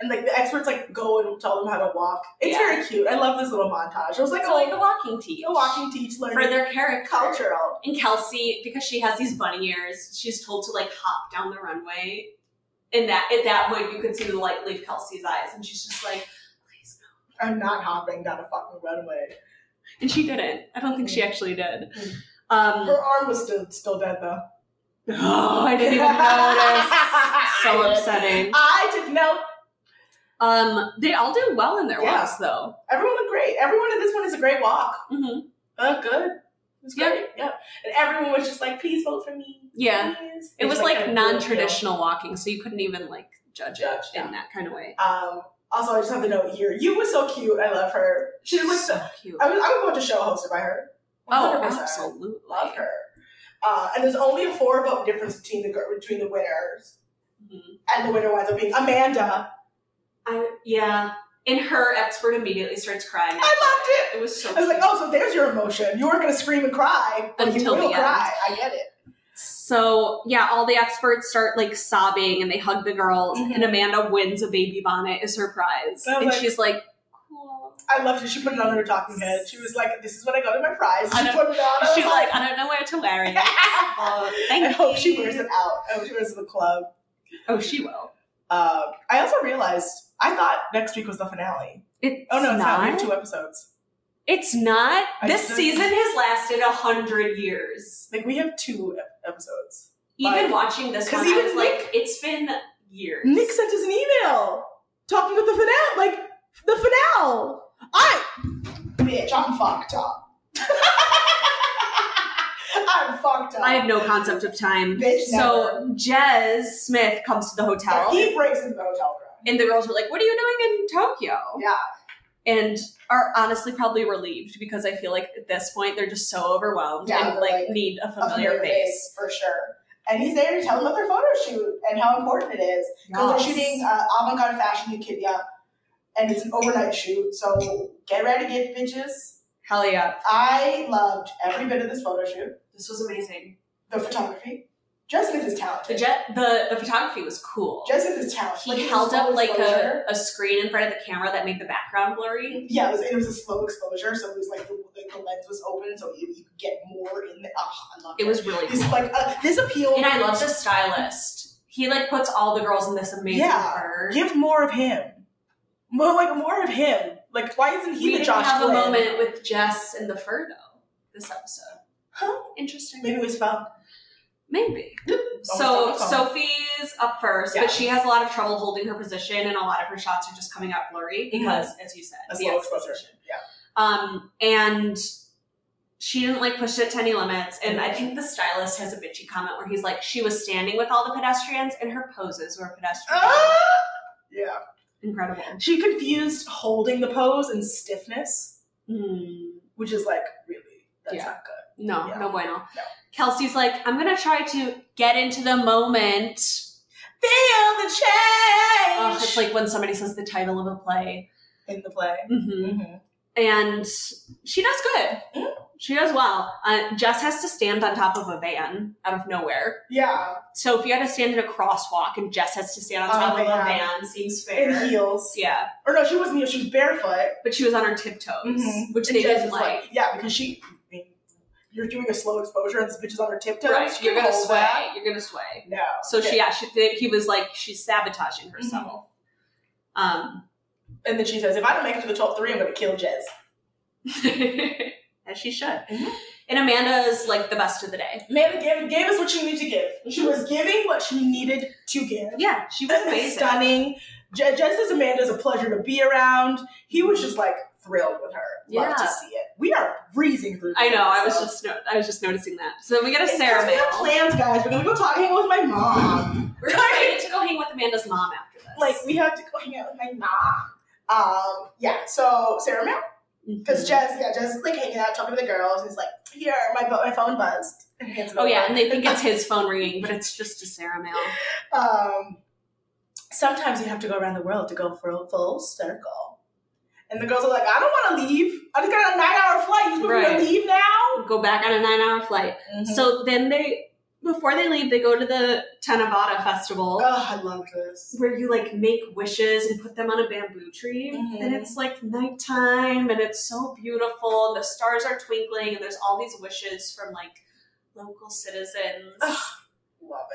[SPEAKER 3] And like the experts like go and tell them how to walk. It's
[SPEAKER 2] Yeah.
[SPEAKER 3] very cute. I love this little montage. It was like,
[SPEAKER 2] It's
[SPEAKER 3] oh,
[SPEAKER 2] like a walking teach
[SPEAKER 3] a walking teach learning
[SPEAKER 2] for their character.
[SPEAKER 3] culture.
[SPEAKER 2] And Kelsey, because she has these bunny ears, she's told to like hop down the runway. And that at that point, you can see the light leave Kelsey's eyes, and she's just like, "Please."
[SPEAKER 3] I'm not hopping down a fucking runway.
[SPEAKER 2] no. And she didn't. I don't think she actually did.
[SPEAKER 3] Mm.
[SPEAKER 2] Um,
[SPEAKER 3] Her arm was still still dead though.
[SPEAKER 2] oh, I didn't even notice. so upsetting.
[SPEAKER 3] I didn't know.
[SPEAKER 2] Um, they all do well in their
[SPEAKER 3] Yeah.
[SPEAKER 2] walks, though.
[SPEAKER 3] Everyone looked great. Everyone in this one is a great walk.
[SPEAKER 2] hmm
[SPEAKER 3] Oh, good. It's
[SPEAKER 2] Yeah.
[SPEAKER 3] great. Yeah. And everyone was just like, please vote for me.
[SPEAKER 2] Yeah.
[SPEAKER 3] please."
[SPEAKER 2] It
[SPEAKER 3] It's
[SPEAKER 2] was like
[SPEAKER 3] kinda cool, you know.
[SPEAKER 2] non-traditional walking, so you couldn't even like judge it
[SPEAKER 3] Judge, yeah.
[SPEAKER 2] in that kind of way.
[SPEAKER 3] Um, also, I just have to note here, you was so cute. I love her. She was so.
[SPEAKER 2] cute.
[SPEAKER 3] I would, I would watch a show hosted by her.
[SPEAKER 2] oh,
[SPEAKER 3] 100%.
[SPEAKER 2] absolutely.
[SPEAKER 3] Love her. Uh, and there's only a four vote difference between the gir- between the winners,
[SPEAKER 2] Mhm.
[SPEAKER 3] and the winner winds up being Amanda.
[SPEAKER 2] I, yeah, and her expert immediately starts crying.
[SPEAKER 3] I loved it.
[SPEAKER 2] It was so.
[SPEAKER 3] I was like,
[SPEAKER 2] cute.
[SPEAKER 3] oh, so there's your emotion. You weren't gonna scream and cry, but
[SPEAKER 2] Until
[SPEAKER 3] you will
[SPEAKER 2] the end.
[SPEAKER 3] cry. I get it.
[SPEAKER 2] So yeah, all the experts start like sobbing and they hug the girls,
[SPEAKER 3] Mhm.
[SPEAKER 2] and Amanda wins a baby bonnet as her prize,
[SPEAKER 3] I was
[SPEAKER 2] and
[SPEAKER 3] like-
[SPEAKER 2] she's like, cool.
[SPEAKER 3] I loved it. She put it on her talking head. She was like, "This is what I got in my prize."
[SPEAKER 2] I
[SPEAKER 3] She
[SPEAKER 2] know.
[SPEAKER 3] put it on. I was
[SPEAKER 2] She's like, I don't know where to wear it. but thank
[SPEAKER 3] I hope she
[SPEAKER 2] you."
[SPEAKER 3] wears it out. I hope she wears it to the club.
[SPEAKER 2] Oh, she will.
[SPEAKER 3] Uh, I also realized I thought next week was the finale.
[SPEAKER 2] It's
[SPEAKER 3] Oh no, it's not. We
[SPEAKER 2] not?
[SPEAKER 3] have two episodes.
[SPEAKER 2] It's not.
[SPEAKER 3] I
[SPEAKER 2] this
[SPEAKER 3] just-
[SPEAKER 2] season has lasted a hundred years.
[SPEAKER 3] Like we have two ep- episodes.
[SPEAKER 2] Even
[SPEAKER 3] Like-
[SPEAKER 2] watching this
[SPEAKER 3] 'Cause
[SPEAKER 2] one, I
[SPEAKER 3] even
[SPEAKER 2] was like, it's been years.
[SPEAKER 3] Nick sent us an email talking about the finale, like the finale. I, bitch, I'm fucked up. I'm fucked up.
[SPEAKER 2] I have no concept of time.
[SPEAKER 3] Bitch,
[SPEAKER 2] so Jez Smith comes to the hotel,
[SPEAKER 3] He breaks into the hotel room.
[SPEAKER 2] and the girls are like, "What are you doing in Tokyo?"
[SPEAKER 3] Yeah.
[SPEAKER 2] And are honestly probably relieved because I feel like at this point they're just so overwhelmed
[SPEAKER 3] Yeah,
[SPEAKER 2] and
[SPEAKER 3] they're
[SPEAKER 2] like,
[SPEAKER 3] like,
[SPEAKER 2] need a
[SPEAKER 3] Up in
[SPEAKER 2] familiar
[SPEAKER 3] their
[SPEAKER 2] face.
[SPEAKER 3] for sure. And he's there to tell them about their photo shoot and how important it is. Because they're shooting uh, avant-garde fashion in Kenya, and it's an overnight shoot. So get ready, get bitches.
[SPEAKER 2] Hell yeah!
[SPEAKER 3] I loved every bit of this photo shoot.
[SPEAKER 2] This was amazing.
[SPEAKER 3] The photography, Jessica is
[SPEAKER 2] The
[SPEAKER 3] talented.
[SPEAKER 2] jet, the the photography was cool.
[SPEAKER 3] Jessica is talented.
[SPEAKER 2] he
[SPEAKER 3] Like, it was
[SPEAKER 2] held
[SPEAKER 3] slow
[SPEAKER 2] up like a,
[SPEAKER 3] exposure.
[SPEAKER 2] a screen in front of the camera that made the background blurry.
[SPEAKER 3] Yeah, it was, it was a slow exposure, so it was like the, like, the lens was open, so you, you could get more in the. Oh, I love
[SPEAKER 2] It was really
[SPEAKER 3] This
[SPEAKER 2] cool.
[SPEAKER 3] like uh, this appeal.
[SPEAKER 2] And I love the stylist. He like puts all the girls in this amazing
[SPEAKER 3] Yeah.
[SPEAKER 2] fur.
[SPEAKER 3] Give more of him. More like more of him. Like why isn't he
[SPEAKER 2] we
[SPEAKER 3] the
[SPEAKER 2] didn't
[SPEAKER 3] Josh
[SPEAKER 2] have
[SPEAKER 3] Flynn?
[SPEAKER 2] a moment with Jess and the fur though this episode.
[SPEAKER 3] Huh?
[SPEAKER 2] Interesting.
[SPEAKER 3] Maybe it was fun.
[SPEAKER 2] Maybe. So
[SPEAKER 3] almost all.
[SPEAKER 2] Sophie's up first,
[SPEAKER 3] Yeah.
[SPEAKER 2] but she has a lot of trouble holding her position, and a lot of her shots are just coming out blurry
[SPEAKER 3] Mm-hmm.
[SPEAKER 2] because, as you said,
[SPEAKER 3] a
[SPEAKER 2] the
[SPEAKER 3] slow exposure.
[SPEAKER 2] exposition.
[SPEAKER 3] Yeah.
[SPEAKER 2] Um, and she didn't like push it to any limits. And
[SPEAKER 3] Mm-hmm.
[SPEAKER 2] I think the stylist has a bitchy comment where he's like, she was standing with all the pedestrians, and her poses were pedestrian.
[SPEAKER 3] Ah! Yeah.
[SPEAKER 2] Incredible.
[SPEAKER 3] She confused holding the pose and stiffness,
[SPEAKER 2] Mm,
[SPEAKER 3] which is like really that's
[SPEAKER 2] Yeah.
[SPEAKER 3] not good.
[SPEAKER 2] no,
[SPEAKER 3] Yeah.
[SPEAKER 2] no bueno.
[SPEAKER 3] No.
[SPEAKER 2] Kelsey's like, I'm gonna try to get into the moment.
[SPEAKER 3] Feel the change
[SPEAKER 2] Ugh, it's like when somebody says the title of a play.
[SPEAKER 3] in the play.
[SPEAKER 2] hmm
[SPEAKER 3] Mm-hmm.
[SPEAKER 2] and she does good.
[SPEAKER 3] Mm.
[SPEAKER 2] She does well. Uh, Jess has to stand on top of a van out of nowhere.
[SPEAKER 3] Yeah,
[SPEAKER 2] Sophie had to stand in a crosswalk, and Jess has to stand on top
[SPEAKER 3] Oh,
[SPEAKER 2] of a
[SPEAKER 3] yeah.
[SPEAKER 2] van. Seems fair.
[SPEAKER 3] in heels.
[SPEAKER 2] yeah,
[SPEAKER 3] Or no, she wasn't heels. She was barefoot.
[SPEAKER 2] but she was on her tiptoes,
[SPEAKER 3] Mhm.
[SPEAKER 2] which
[SPEAKER 3] And
[SPEAKER 2] they
[SPEAKER 3] Jess
[SPEAKER 2] didn't
[SPEAKER 3] was
[SPEAKER 2] like.
[SPEAKER 3] Yeah, because she, I mean, you're doing a slow exposure, and this bitch is on her tiptoes.
[SPEAKER 2] Right,
[SPEAKER 3] She
[SPEAKER 2] you're gonna
[SPEAKER 3] couldn't hold
[SPEAKER 2] sway.
[SPEAKER 3] that.
[SPEAKER 2] You're gonna sway.
[SPEAKER 3] No.
[SPEAKER 2] So
[SPEAKER 3] Okay.
[SPEAKER 2] she, yeah, she, they- he was like, she's sabotaging herself.
[SPEAKER 3] Mm-hmm.
[SPEAKER 2] Um,
[SPEAKER 3] and then she says, "If I don't make it to the top three, I'm gonna kill Jez."
[SPEAKER 2] as she should.
[SPEAKER 3] Mhm.
[SPEAKER 2] And Amanda is like the best of the day.
[SPEAKER 3] Amanda gave, gave us what she needed to give. She was giving what she needed to give.
[SPEAKER 2] Mm-hmm. Yeah, she was amazing.
[SPEAKER 3] stunning. Je- Jez says Amanda's a pleasure to be around. He was just like thrilled with her. Love
[SPEAKER 2] Yeah.
[SPEAKER 3] to see it. We are breezing through.
[SPEAKER 2] I
[SPEAKER 3] this
[SPEAKER 2] know. I was
[SPEAKER 3] episode.
[SPEAKER 2] just no- I was just noticing that. So we got a
[SPEAKER 3] It's 'cause
[SPEAKER 2] Sarah
[SPEAKER 3] We
[SPEAKER 2] mail.
[SPEAKER 3] have plans, guys. We're gonna go talk hang out with my mom.
[SPEAKER 2] We're excited to go hang with Amanda's mom after this.
[SPEAKER 3] Like we have to go hang out with my mom. Um, yeah. So Sarah Mail, because
[SPEAKER 2] Mhm.
[SPEAKER 3] Jez, yeah, Jez is like hanging out talking to the girls. He's like, here, my bu- my phone buzzed. And hands it
[SPEAKER 2] oh yeah,
[SPEAKER 3] over.
[SPEAKER 2] and they think it's his phone ringing, but it's just a Sarah mail.
[SPEAKER 3] um, sometimes you have to go around the world to go for a full circle. And the girls are like, I don't want to leave. I just got a nine hour flight. You want
[SPEAKER 2] Right. Mm-hmm.
[SPEAKER 3] to leave now?
[SPEAKER 2] Go back on a nine-hour flight.
[SPEAKER 3] Mm-hmm.
[SPEAKER 2] So then they, before they leave, they go to the Tanabata festival.
[SPEAKER 3] oh, I love this.
[SPEAKER 2] Where you like make wishes and put them on a bamboo tree,
[SPEAKER 3] Mhm.
[SPEAKER 2] and it's like nighttime, and it's so beautiful. And the stars are twinkling, and there's all these wishes from like local citizens.
[SPEAKER 3] Love it. I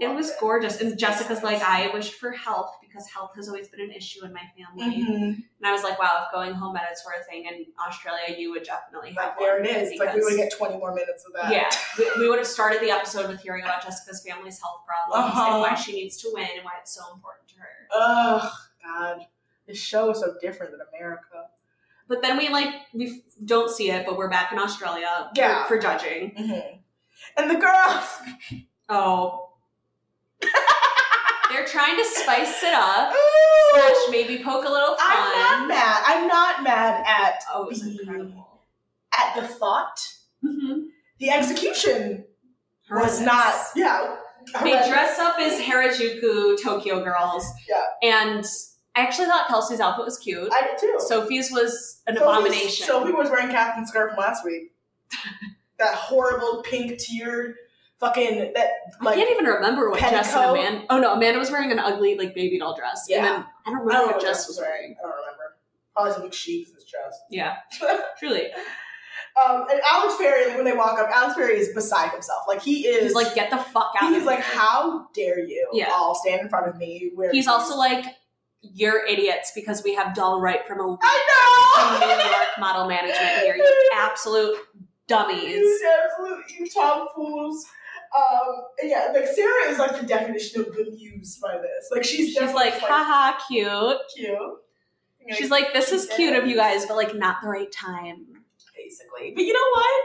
[SPEAKER 2] It
[SPEAKER 3] love
[SPEAKER 2] was gorgeous. And Jessica's like, I wished for health because health has always been an issue in my family.
[SPEAKER 3] Mhm.
[SPEAKER 2] And I was like, wow, if going home edits were a thing in Australia, you would definitely have
[SPEAKER 3] Like, there
[SPEAKER 2] one
[SPEAKER 3] it is. It's like, we
[SPEAKER 2] because-
[SPEAKER 3] would get 20 more minutes of that.
[SPEAKER 2] yeah, we, we would have started the episode with hearing about Jessica's family's health problems and
[SPEAKER 3] Uh-huh.
[SPEAKER 2] why she needs to win and why it's so important to her.
[SPEAKER 3] Ugh, God. This show is so different than America.
[SPEAKER 2] But then we like we f- don't see it, but we're back in Australia for-
[SPEAKER 3] Yeah.
[SPEAKER 2] for judging.
[SPEAKER 3] Mm-hmm. And the girls.
[SPEAKER 2] Oh, they're trying to spice it up,
[SPEAKER 3] Ooh.
[SPEAKER 2] slash maybe poke a little Oh, fun.
[SPEAKER 3] I'm not mad. I'm not mad at
[SPEAKER 2] Oh, it was
[SPEAKER 3] being-
[SPEAKER 2] incredible.
[SPEAKER 3] at the thought.
[SPEAKER 2] Mm-hmm.
[SPEAKER 3] The execution was not. Yeah. Oh,
[SPEAKER 2] They
[SPEAKER 3] horrendous.
[SPEAKER 2] dress up as Harajuku Tokyo girls.
[SPEAKER 3] Yeah.
[SPEAKER 2] And I actually thought Kelsey's outfit was cute.
[SPEAKER 3] I did too.
[SPEAKER 2] Sophie's was an
[SPEAKER 3] Sophie's-
[SPEAKER 2] abomination.
[SPEAKER 3] Sophie was wearing Captain Scarf from last week. that horrible pink tiered fucking that
[SPEAKER 2] I
[SPEAKER 3] like
[SPEAKER 2] can't even remember what Jess and
[SPEAKER 3] Petticoat.
[SPEAKER 2] Amanda. Oh no, Amanda was wearing an ugly like baby doll dress. And
[SPEAKER 3] Yeah.
[SPEAKER 2] then I don't
[SPEAKER 3] I don't
[SPEAKER 2] remember
[SPEAKER 3] know
[SPEAKER 2] what Jess
[SPEAKER 3] what dress
[SPEAKER 2] was
[SPEAKER 3] was
[SPEAKER 2] wearing.
[SPEAKER 3] wearing. I don't remember. Probably something chic because it's dress.
[SPEAKER 2] Yeah. Truly.
[SPEAKER 3] Um, and Alex Perry, like, when they walk up, Alex Perry is beside himself. Like he is
[SPEAKER 2] He's like, get the fuck out.
[SPEAKER 3] he's
[SPEAKER 2] of
[SPEAKER 3] like,
[SPEAKER 2] here."
[SPEAKER 3] how dare you
[SPEAKER 2] Yeah.
[SPEAKER 3] all stand in front of me? Where
[SPEAKER 2] He's also like, you're idiots because we have doll right from a from New
[SPEAKER 3] I know.
[SPEAKER 2] York model management here. You absolute dummies.
[SPEAKER 3] You absolute you tomfools. Um, and yeah, like Sarah is like the definition of bemused by this. Like she's
[SPEAKER 2] She's
[SPEAKER 3] definitely
[SPEAKER 2] like,
[SPEAKER 3] just,
[SPEAKER 2] haha, cute.
[SPEAKER 3] cute. You know,
[SPEAKER 2] She's like, this is cute of you guys, but like not the right time.
[SPEAKER 3] basically. But you know what?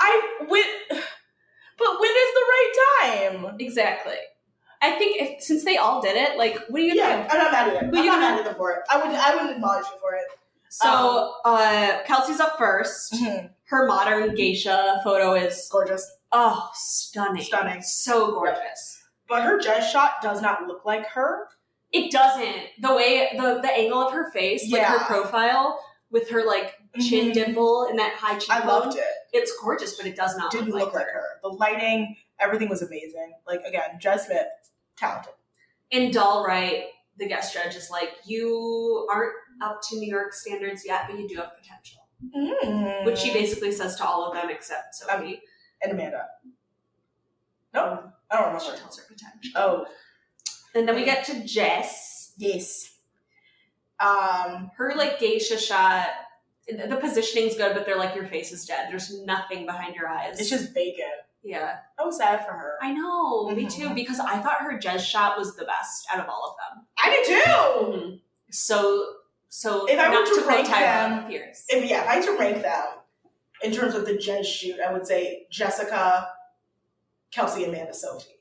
[SPEAKER 3] I when, but when is the right time?
[SPEAKER 2] Exactly. I think if, since they all did it, like, what do you
[SPEAKER 3] Yeah,
[SPEAKER 2] do?
[SPEAKER 3] I'm not mad at them.
[SPEAKER 2] Who
[SPEAKER 3] I'm
[SPEAKER 2] you
[SPEAKER 3] not
[SPEAKER 2] gonna-
[SPEAKER 3] mad at them for it. I would I wouldn't admonish you for it.
[SPEAKER 2] So
[SPEAKER 3] Um,
[SPEAKER 2] uh, Kelsey's up 1st Her modern geisha photo
[SPEAKER 3] It's
[SPEAKER 2] is
[SPEAKER 3] Mm-hmm. gorgeous,
[SPEAKER 2] oh stunning,
[SPEAKER 3] Stunning.
[SPEAKER 2] so gorgeous.
[SPEAKER 3] but her jazz shot does not look like her.
[SPEAKER 2] It doesn't the way the the angle of her face, like her
[SPEAKER 3] Yeah.
[SPEAKER 2] profile with her like chin
[SPEAKER 3] Mhm.
[SPEAKER 2] dimple and that high cheekbone.
[SPEAKER 3] I loved it.
[SPEAKER 2] It's gorgeous, but it does not
[SPEAKER 3] Didn't look like her. The lighting, everything was amazing. Like again, Jazz Smith, talented.
[SPEAKER 2] And Doll Right, the guest judge is like, you aren't up to New York standards yet, but you do have potential.
[SPEAKER 3] Mm.
[SPEAKER 2] which she basically says to all of them except Sophie.
[SPEAKER 3] and Amanda. No, I don't
[SPEAKER 2] she
[SPEAKER 3] remember.
[SPEAKER 2] tells her potential.
[SPEAKER 3] Oh
[SPEAKER 2] And then we get to Jess.
[SPEAKER 3] yes. Um,
[SPEAKER 2] Her like geisha shot. The positioning's good, but they're like your face is dead. There's nothing behind your eyes.
[SPEAKER 3] it's just vacant.
[SPEAKER 2] Yeah.
[SPEAKER 3] I was sad for her.
[SPEAKER 2] I know, me too,
[SPEAKER 3] Mhm.
[SPEAKER 2] because I thought her Jez shot was the best out of all of them.
[SPEAKER 3] I did too.
[SPEAKER 2] So, so
[SPEAKER 3] Mm-hmm. If I were
[SPEAKER 2] not
[SPEAKER 3] to
[SPEAKER 2] to play
[SPEAKER 3] rank
[SPEAKER 2] Tyra
[SPEAKER 3] them-
[SPEAKER 2] Pierce.
[SPEAKER 3] If, yeah, if I had to rank them in terms of the Jez shoot, I would say Jessica, Kelsey, Amanda, Sophie.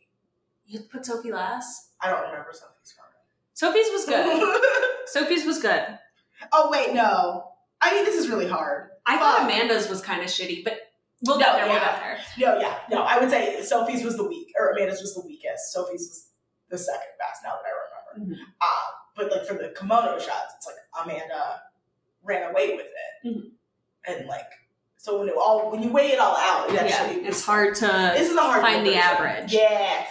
[SPEAKER 2] you put Sophie last.
[SPEAKER 3] I don't remember Sophie's comment.
[SPEAKER 2] Sophie's was good. Sophie's was good.
[SPEAKER 3] oh wait, no. I mean, this is really hard.
[SPEAKER 2] I thought
[SPEAKER 3] Um,
[SPEAKER 2] Amanda's was kind of shitty, but we'll
[SPEAKER 3] No,
[SPEAKER 2] get there. We'll
[SPEAKER 3] yeah.
[SPEAKER 2] get there.
[SPEAKER 3] No, yeah, no. I would say Sophie's was the weak, or Amanda's was the weakest. Sophie's was the second best. Now that I
[SPEAKER 2] Mm-hmm.
[SPEAKER 3] remember, um, but like for the kimono shots, it's like Amanda ran away with it,
[SPEAKER 2] Mhm.
[SPEAKER 3] and like so when it all when you weigh it all out, it actually
[SPEAKER 2] yeah, it's hard to.
[SPEAKER 3] This is a hard
[SPEAKER 2] Find the
[SPEAKER 3] number.
[SPEAKER 2] average.
[SPEAKER 3] Yeah.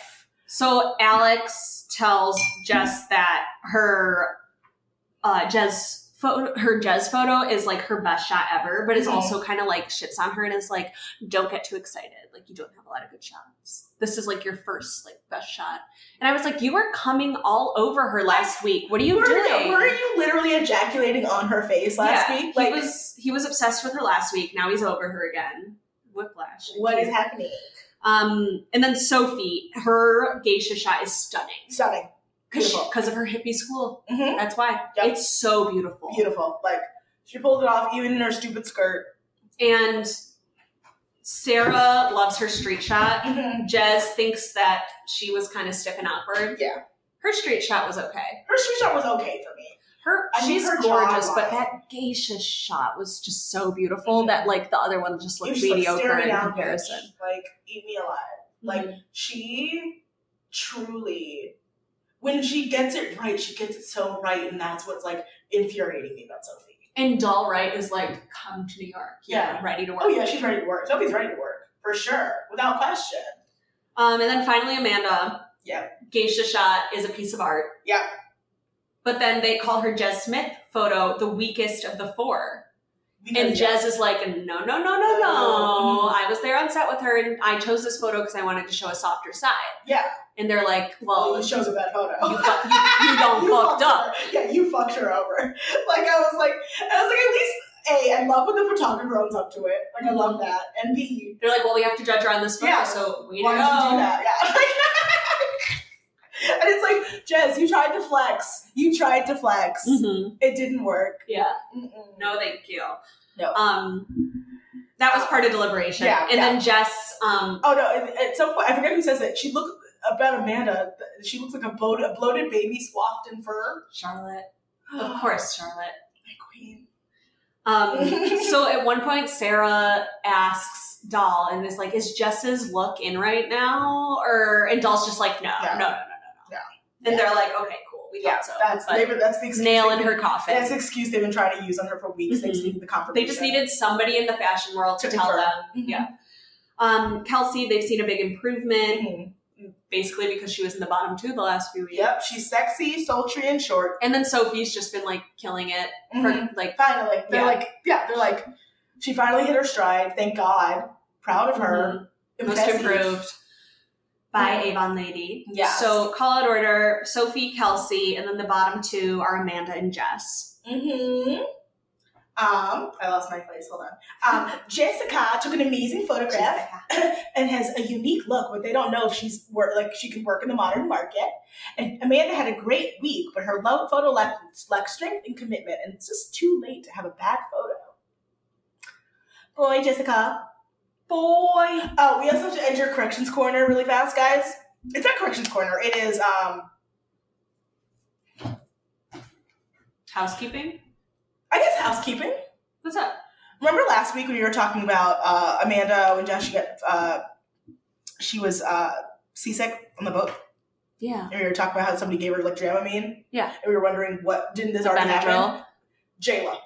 [SPEAKER 2] So Alex tells Jess that her uh Jess photo her Jez photo is like her best shot ever, but it's
[SPEAKER 3] Mhm.
[SPEAKER 2] also kind of like shits on her and is like, don't get too excited. Like you don't have a lot of good shots. This is like your first like best shot. And I was like, you were coming all over her last week. What are you
[SPEAKER 3] were,
[SPEAKER 2] doing?
[SPEAKER 3] were you literally ejaculating on her face last
[SPEAKER 2] Yeah,
[SPEAKER 3] week?
[SPEAKER 2] he
[SPEAKER 3] Like,
[SPEAKER 2] was he was obsessed with her last week. Now he's over her again. Whiplash.
[SPEAKER 3] what is happening?
[SPEAKER 2] Um, and then Sophie, her geisha shot is stunning
[SPEAKER 3] Stunning. Beautiful.
[SPEAKER 2] because of her hippie school.
[SPEAKER 3] Mhm.
[SPEAKER 2] That's why
[SPEAKER 3] Yep.
[SPEAKER 2] it's so beautiful.
[SPEAKER 3] Beautiful. Like, she pulled it off even in her stupid skirt.
[SPEAKER 2] And Sarah loves her street shot. Jez thinks that she was kind of stiff and awkward.
[SPEAKER 3] Yeah.
[SPEAKER 2] her street shot was okay.
[SPEAKER 3] Her street shot was okay for me.
[SPEAKER 2] Her
[SPEAKER 3] I mean,
[SPEAKER 2] she's
[SPEAKER 3] her
[SPEAKER 2] gorgeous,
[SPEAKER 3] jawline.
[SPEAKER 2] but that geisha shot was just so beautiful that like the other one just
[SPEAKER 3] Mm-hmm. It
[SPEAKER 2] looked
[SPEAKER 3] was just, like,
[SPEAKER 2] mediocre
[SPEAKER 3] staring
[SPEAKER 2] in
[SPEAKER 3] down,
[SPEAKER 2] comparison. Mm-hmm.
[SPEAKER 3] bitch. Like, eat me alive. Like, she truly, when she gets it right, she gets it so right, and that's what's like infuriating me about Sophie.
[SPEAKER 2] And Doll Right is like, come to New York. You're
[SPEAKER 3] Yeah.
[SPEAKER 2] Ready to work.
[SPEAKER 3] Oh yeah, she's ready to work. Sophie's ready to work for sure, without question.
[SPEAKER 2] Um, and then finally, Amanda.
[SPEAKER 3] Yeah.
[SPEAKER 2] Geisha shot is a piece of art.
[SPEAKER 3] Yeah.
[SPEAKER 2] But then they call her Jez Smith photo the weakest of the four.
[SPEAKER 3] Because,
[SPEAKER 2] and Jez is like, no, no, no, no, no.
[SPEAKER 3] No.
[SPEAKER 2] I
[SPEAKER 3] Mm-hmm.
[SPEAKER 2] was there on set with her and I chose this photo because I wanted to show a softer side.
[SPEAKER 3] Yeah.
[SPEAKER 2] And they're like, well,
[SPEAKER 3] well, it
[SPEAKER 2] you,
[SPEAKER 3] shows a bad photo.
[SPEAKER 2] fuck- you, you don't
[SPEAKER 3] You
[SPEAKER 2] fucked up.
[SPEAKER 3] her. Yeah, you fucked her over. Like I was like, I was like, at least a, I love when the photographer owns up to it. Like I love that. E And B,
[SPEAKER 2] They're like, well, we have to judge her on this photo,
[SPEAKER 3] Yeah.
[SPEAKER 2] so we
[SPEAKER 3] why
[SPEAKER 2] don't know.
[SPEAKER 3] did you do that? Yeah. and it's like, Jez, you tried to flex. You tried to flex.
[SPEAKER 2] Mhm.
[SPEAKER 3] It didn't work.
[SPEAKER 2] Yeah.
[SPEAKER 3] Mm-mm.
[SPEAKER 2] No, thank you.
[SPEAKER 3] No.
[SPEAKER 2] Um, that was part of deliberation.
[SPEAKER 3] Yeah,
[SPEAKER 2] and then Jess, um,
[SPEAKER 3] Oh no! At, at some point, I forget who says it. She looked about Amanda. She looks like a, bloated- a bloated baby swathed in fur.
[SPEAKER 2] Charlotte, of course, Charlotte.
[SPEAKER 3] my queen.
[SPEAKER 2] Um, so at one point, Sarah asks Doll and is like, "Is Jess's look in right now?" Or and Doll's just like, "No, no,
[SPEAKER 3] Yeah.
[SPEAKER 2] no, no, no, no." And they're like, "Okay, cool, we
[SPEAKER 3] Yeah,
[SPEAKER 2] thought so."
[SPEAKER 3] that's
[SPEAKER 2] but
[SPEAKER 3] they were, that's the excuse
[SPEAKER 2] nail
[SPEAKER 3] they-
[SPEAKER 2] in her coffin.
[SPEAKER 3] That's the excuse they've been trying to use on her for weeks. They just
[SPEAKER 2] Mhm.
[SPEAKER 3] needed the confirmation.
[SPEAKER 2] They just needed somebody in the fashion world to,
[SPEAKER 3] To
[SPEAKER 2] tell
[SPEAKER 3] confirm.
[SPEAKER 2] them,
[SPEAKER 3] Mhm.
[SPEAKER 2] yeah. Um, Kelsey, they've seen a big improvement,
[SPEAKER 3] Mhm.
[SPEAKER 2] basically because she was in the bottom two the last few weeks.
[SPEAKER 3] Yep, she's sexy, sultry, and short.
[SPEAKER 2] And then Sophie's just been like killing it for
[SPEAKER 3] Mhm.
[SPEAKER 2] like
[SPEAKER 3] Finally, they're
[SPEAKER 2] Yeah.
[SPEAKER 3] like, yeah, they're like, she finally hit her stride. Thank God. Proud of her.
[SPEAKER 2] Mm-hmm. most
[SPEAKER 3] Impressive.
[SPEAKER 2] improved by
[SPEAKER 3] Mhm.
[SPEAKER 2] Avon Lady.
[SPEAKER 3] Yes.
[SPEAKER 2] So call out order, Sophie, Kelsey, and then the bottom two are Amanda and Jess.
[SPEAKER 3] Mm-hmm. Um, I lost my place. Hold on. Um, Jessica took an amazing photograph. and has a unique look, but they don't know if she's work like she can work in the modern market. And Amanda had a great week, but her love photo lacked, lacked strength and commitment, and it's just too late to have a bad photo. Boy, Jessica.
[SPEAKER 2] Boy.
[SPEAKER 3] Oh, we also have to enter corrections corner really fast, guys. It's not corrections corner. It is um.
[SPEAKER 2] Housekeeping?
[SPEAKER 3] I guess housekeeping.
[SPEAKER 2] What's up?
[SPEAKER 3] Remember last week when we were talking about uh, Amanda when Josh got uh, she was uh, seasick on the boat.
[SPEAKER 2] Yeah.
[SPEAKER 3] And we were talking about how somebody gave her like Dramamine.
[SPEAKER 2] Yeah.
[SPEAKER 3] And we were wondering what didn't this already happen?
[SPEAKER 2] Benadryl.
[SPEAKER 3] Jayla.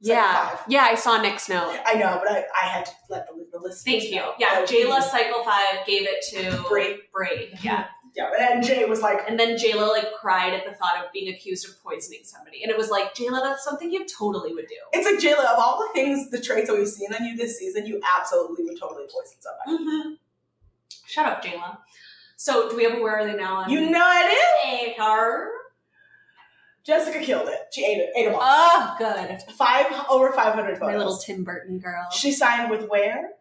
[SPEAKER 2] Yeah.
[SPEAKER 3] Cycle five.
[SPEAKER 2] Yeah, I saw Nick's note.
[SPEAKER 3] I know, but I, I had to let the, the list. Oh,
[SPEAKER 2] Thank you. Yeah, Jayla Cycle 5 gave it to
[SPEAKER 3] Bree.
[SPEAKER 2] Bree. Yeah.
[SPEAKER 3] Yeah, and Jay was like,
[SPEAKER 2] And then Jayla like cried at the thought of being accused of poisoning somebody. And it was like, Jayla, that's something you totally would do.
[SPEAKER 3] it's like Jayla. Of all the things, the traits that we've seen on you this season, you absolutely would totally poison somebody.
[SPEAKER 2] Mm-hmm. Shut up, Jayla. So, do we have a where are they now? On
[SPEAKER 3] You know I
[SPEAKER 2] Hey, car.
[SPEAKER 3] did. Jessica killed it. She ate it. Ate them all.
[SPEAKER 2] Oh, good.
[SPEAKER 3] Five over five hundred photos.
[SPEAKER 2] My little Tim Burton girl.
[SPEAKER 3] She signed with where?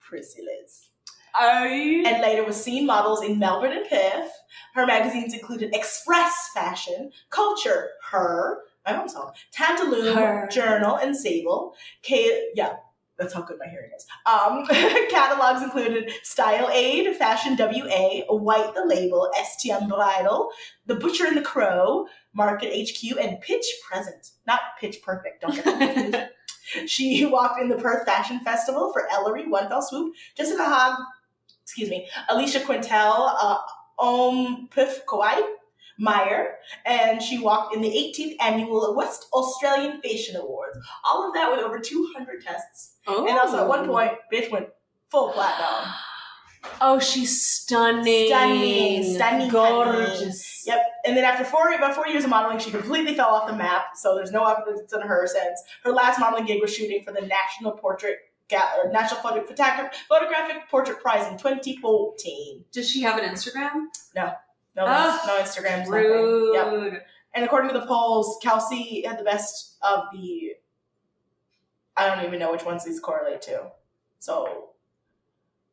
[SPEAKER 3] Priscilla's.
[SPEAKER 2] I
[SPEAKER 3] and later was seen models in Melbourne and Perth. Her magazines included Express Fashion, Culture, Her, my mom's home, Tantaloom,
[SPEAKER 2] Her.
[SPEAKER 3] Journal, and Sable. Kate, yeah, that's how good my hearing is. Um, catalogs included Style Aid, Fashion WA, White the Label, STM Bridal, The Butcher and the Crow, Market HQ, and Pitch Present. Not Pitch Perfect, don't get that confused. She walked in the Perth Fashion Festival for Ellery, One Fell Swoop, Jessica Hogg, excuse me, Alicia Quintel, uh, Om Pif Kawai, Meyer, and she walked in the 18th annual West Australian Fashion Awards. All of that with over 200 tests.
[SPEAKER 2] oh.
[SPEAKER 3] And also at one point, bitch went full platinum.
[SPEAKER 2] Oh, she's stunning.
[SPEAKER 3] Stunning, stunning,
[SPEAKER 2] Gorgeous.
[SPEAKER 3] Yep. And then after four about four years of modeling, she completely fell off the map. So there's no updates on her since. Her last modeling gig was shooting for the National Portrait Ga- or National Photo- Photograph- Photographic Portrait Prize in 2014.
[SPEAKER 2] Does she have an Instagram?
[SPEAKER 3] No,
[SPEAKER 2] Ugh,
[SPEAKER 3] no Instagrams. nothing.
[SPEAKER 2] Rude.
[SPEAKER 3] Yep. And according to the polls, Kelsey had the best of the. I don't even know which ones these correlate to. So.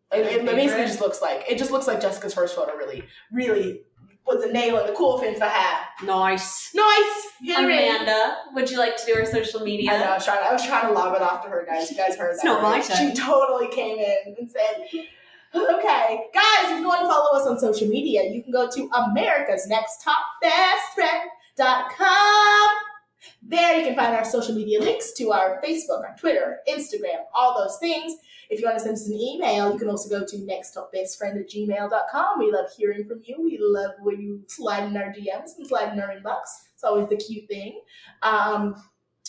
[SPEAKER 3] It, it basically
[SPEAKER 2] Favorite?
[SPEAKER 3] just looks like it just looks like Jessica's first photo really, really was a nail in the cool thing for her.
[SPEAKER 2] Nice.
[SPEAKER 3] Nice. Hit her
[SPEAKER 2] Oh,
[SPEAKER 3] in.
[SPEAKER 2] Amanda, would you like to do our social media?
[SPEAKER 3] I know. I was trying. I was trying to lob it off to her, guys. You guys heard
[SPEAKER 2] It's
[SPEAKER 3] that?
[SPEAKER 2] not my
[SPEAKER 3] right?
[SPEAKER 2] turn.
[SPEAKER 3] She totally came in and said, "Okay, guys, if you want to follow us on social media, you can go to America's Next Top Best Friend dot com. There you can find our social media links to our Facebook, our Twitter, Instagram, all those things. If you want to send us an email, you can also go to nexttopbestfriend at gmail.com. We love hearing from you. We love when you slide in our DMs and slide in our inbox. It's always the cute thing. Um,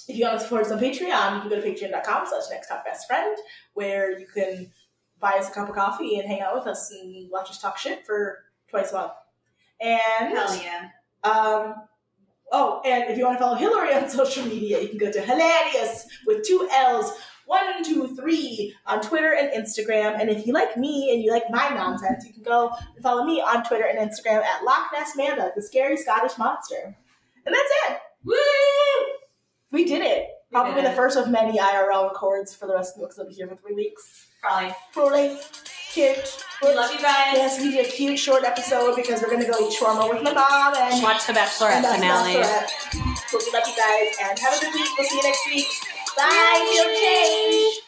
[SPEAKER 3] if you want to support us on Patreon, you can go to patreon.com slash next top best friend, where you can buy us a cup of coffee and hang out with us and watch us talk shit for twice a month. And
[SPEAKER 2] Hell yeah.
[SPEAKER 3] um, oh, and if you want to follow Hillary on social media, you can go to Hilarious with two L's, one, two, three on Twitter and Instagram. And if you like me and you like my nonsense, you can go and follow me on Twitter and Instagram at Loch Ness Manda, the scary Scottish monster. And that's it.
[SPEAKER 2] Woo!
[SPEAKER 3] We did it. Probably
[SPEAKER 2] did
[SPEAKER 3] the
[SPEAKER 2] it.
[SPEAKER 3] first of many IRL records for the rest of the because I'll be here for three weeks.
[SPEAKER 2] Probably.
[SPEAKER 3] Probably cute.
[SPEAKER 2] We love you guys.
[SPEAKER 3] Yes, we did a cute short episode because we're gonna go eat shawarma with my mom and
[SPEAKER 2] Watch the Bachelorette
[SPEAKER 3] and that's
[SPEAKER 2] finale.
[SPEAKER 3] Bachelorette. But we love you guys and have a good week. We'll see you next week. Bye. Feel change.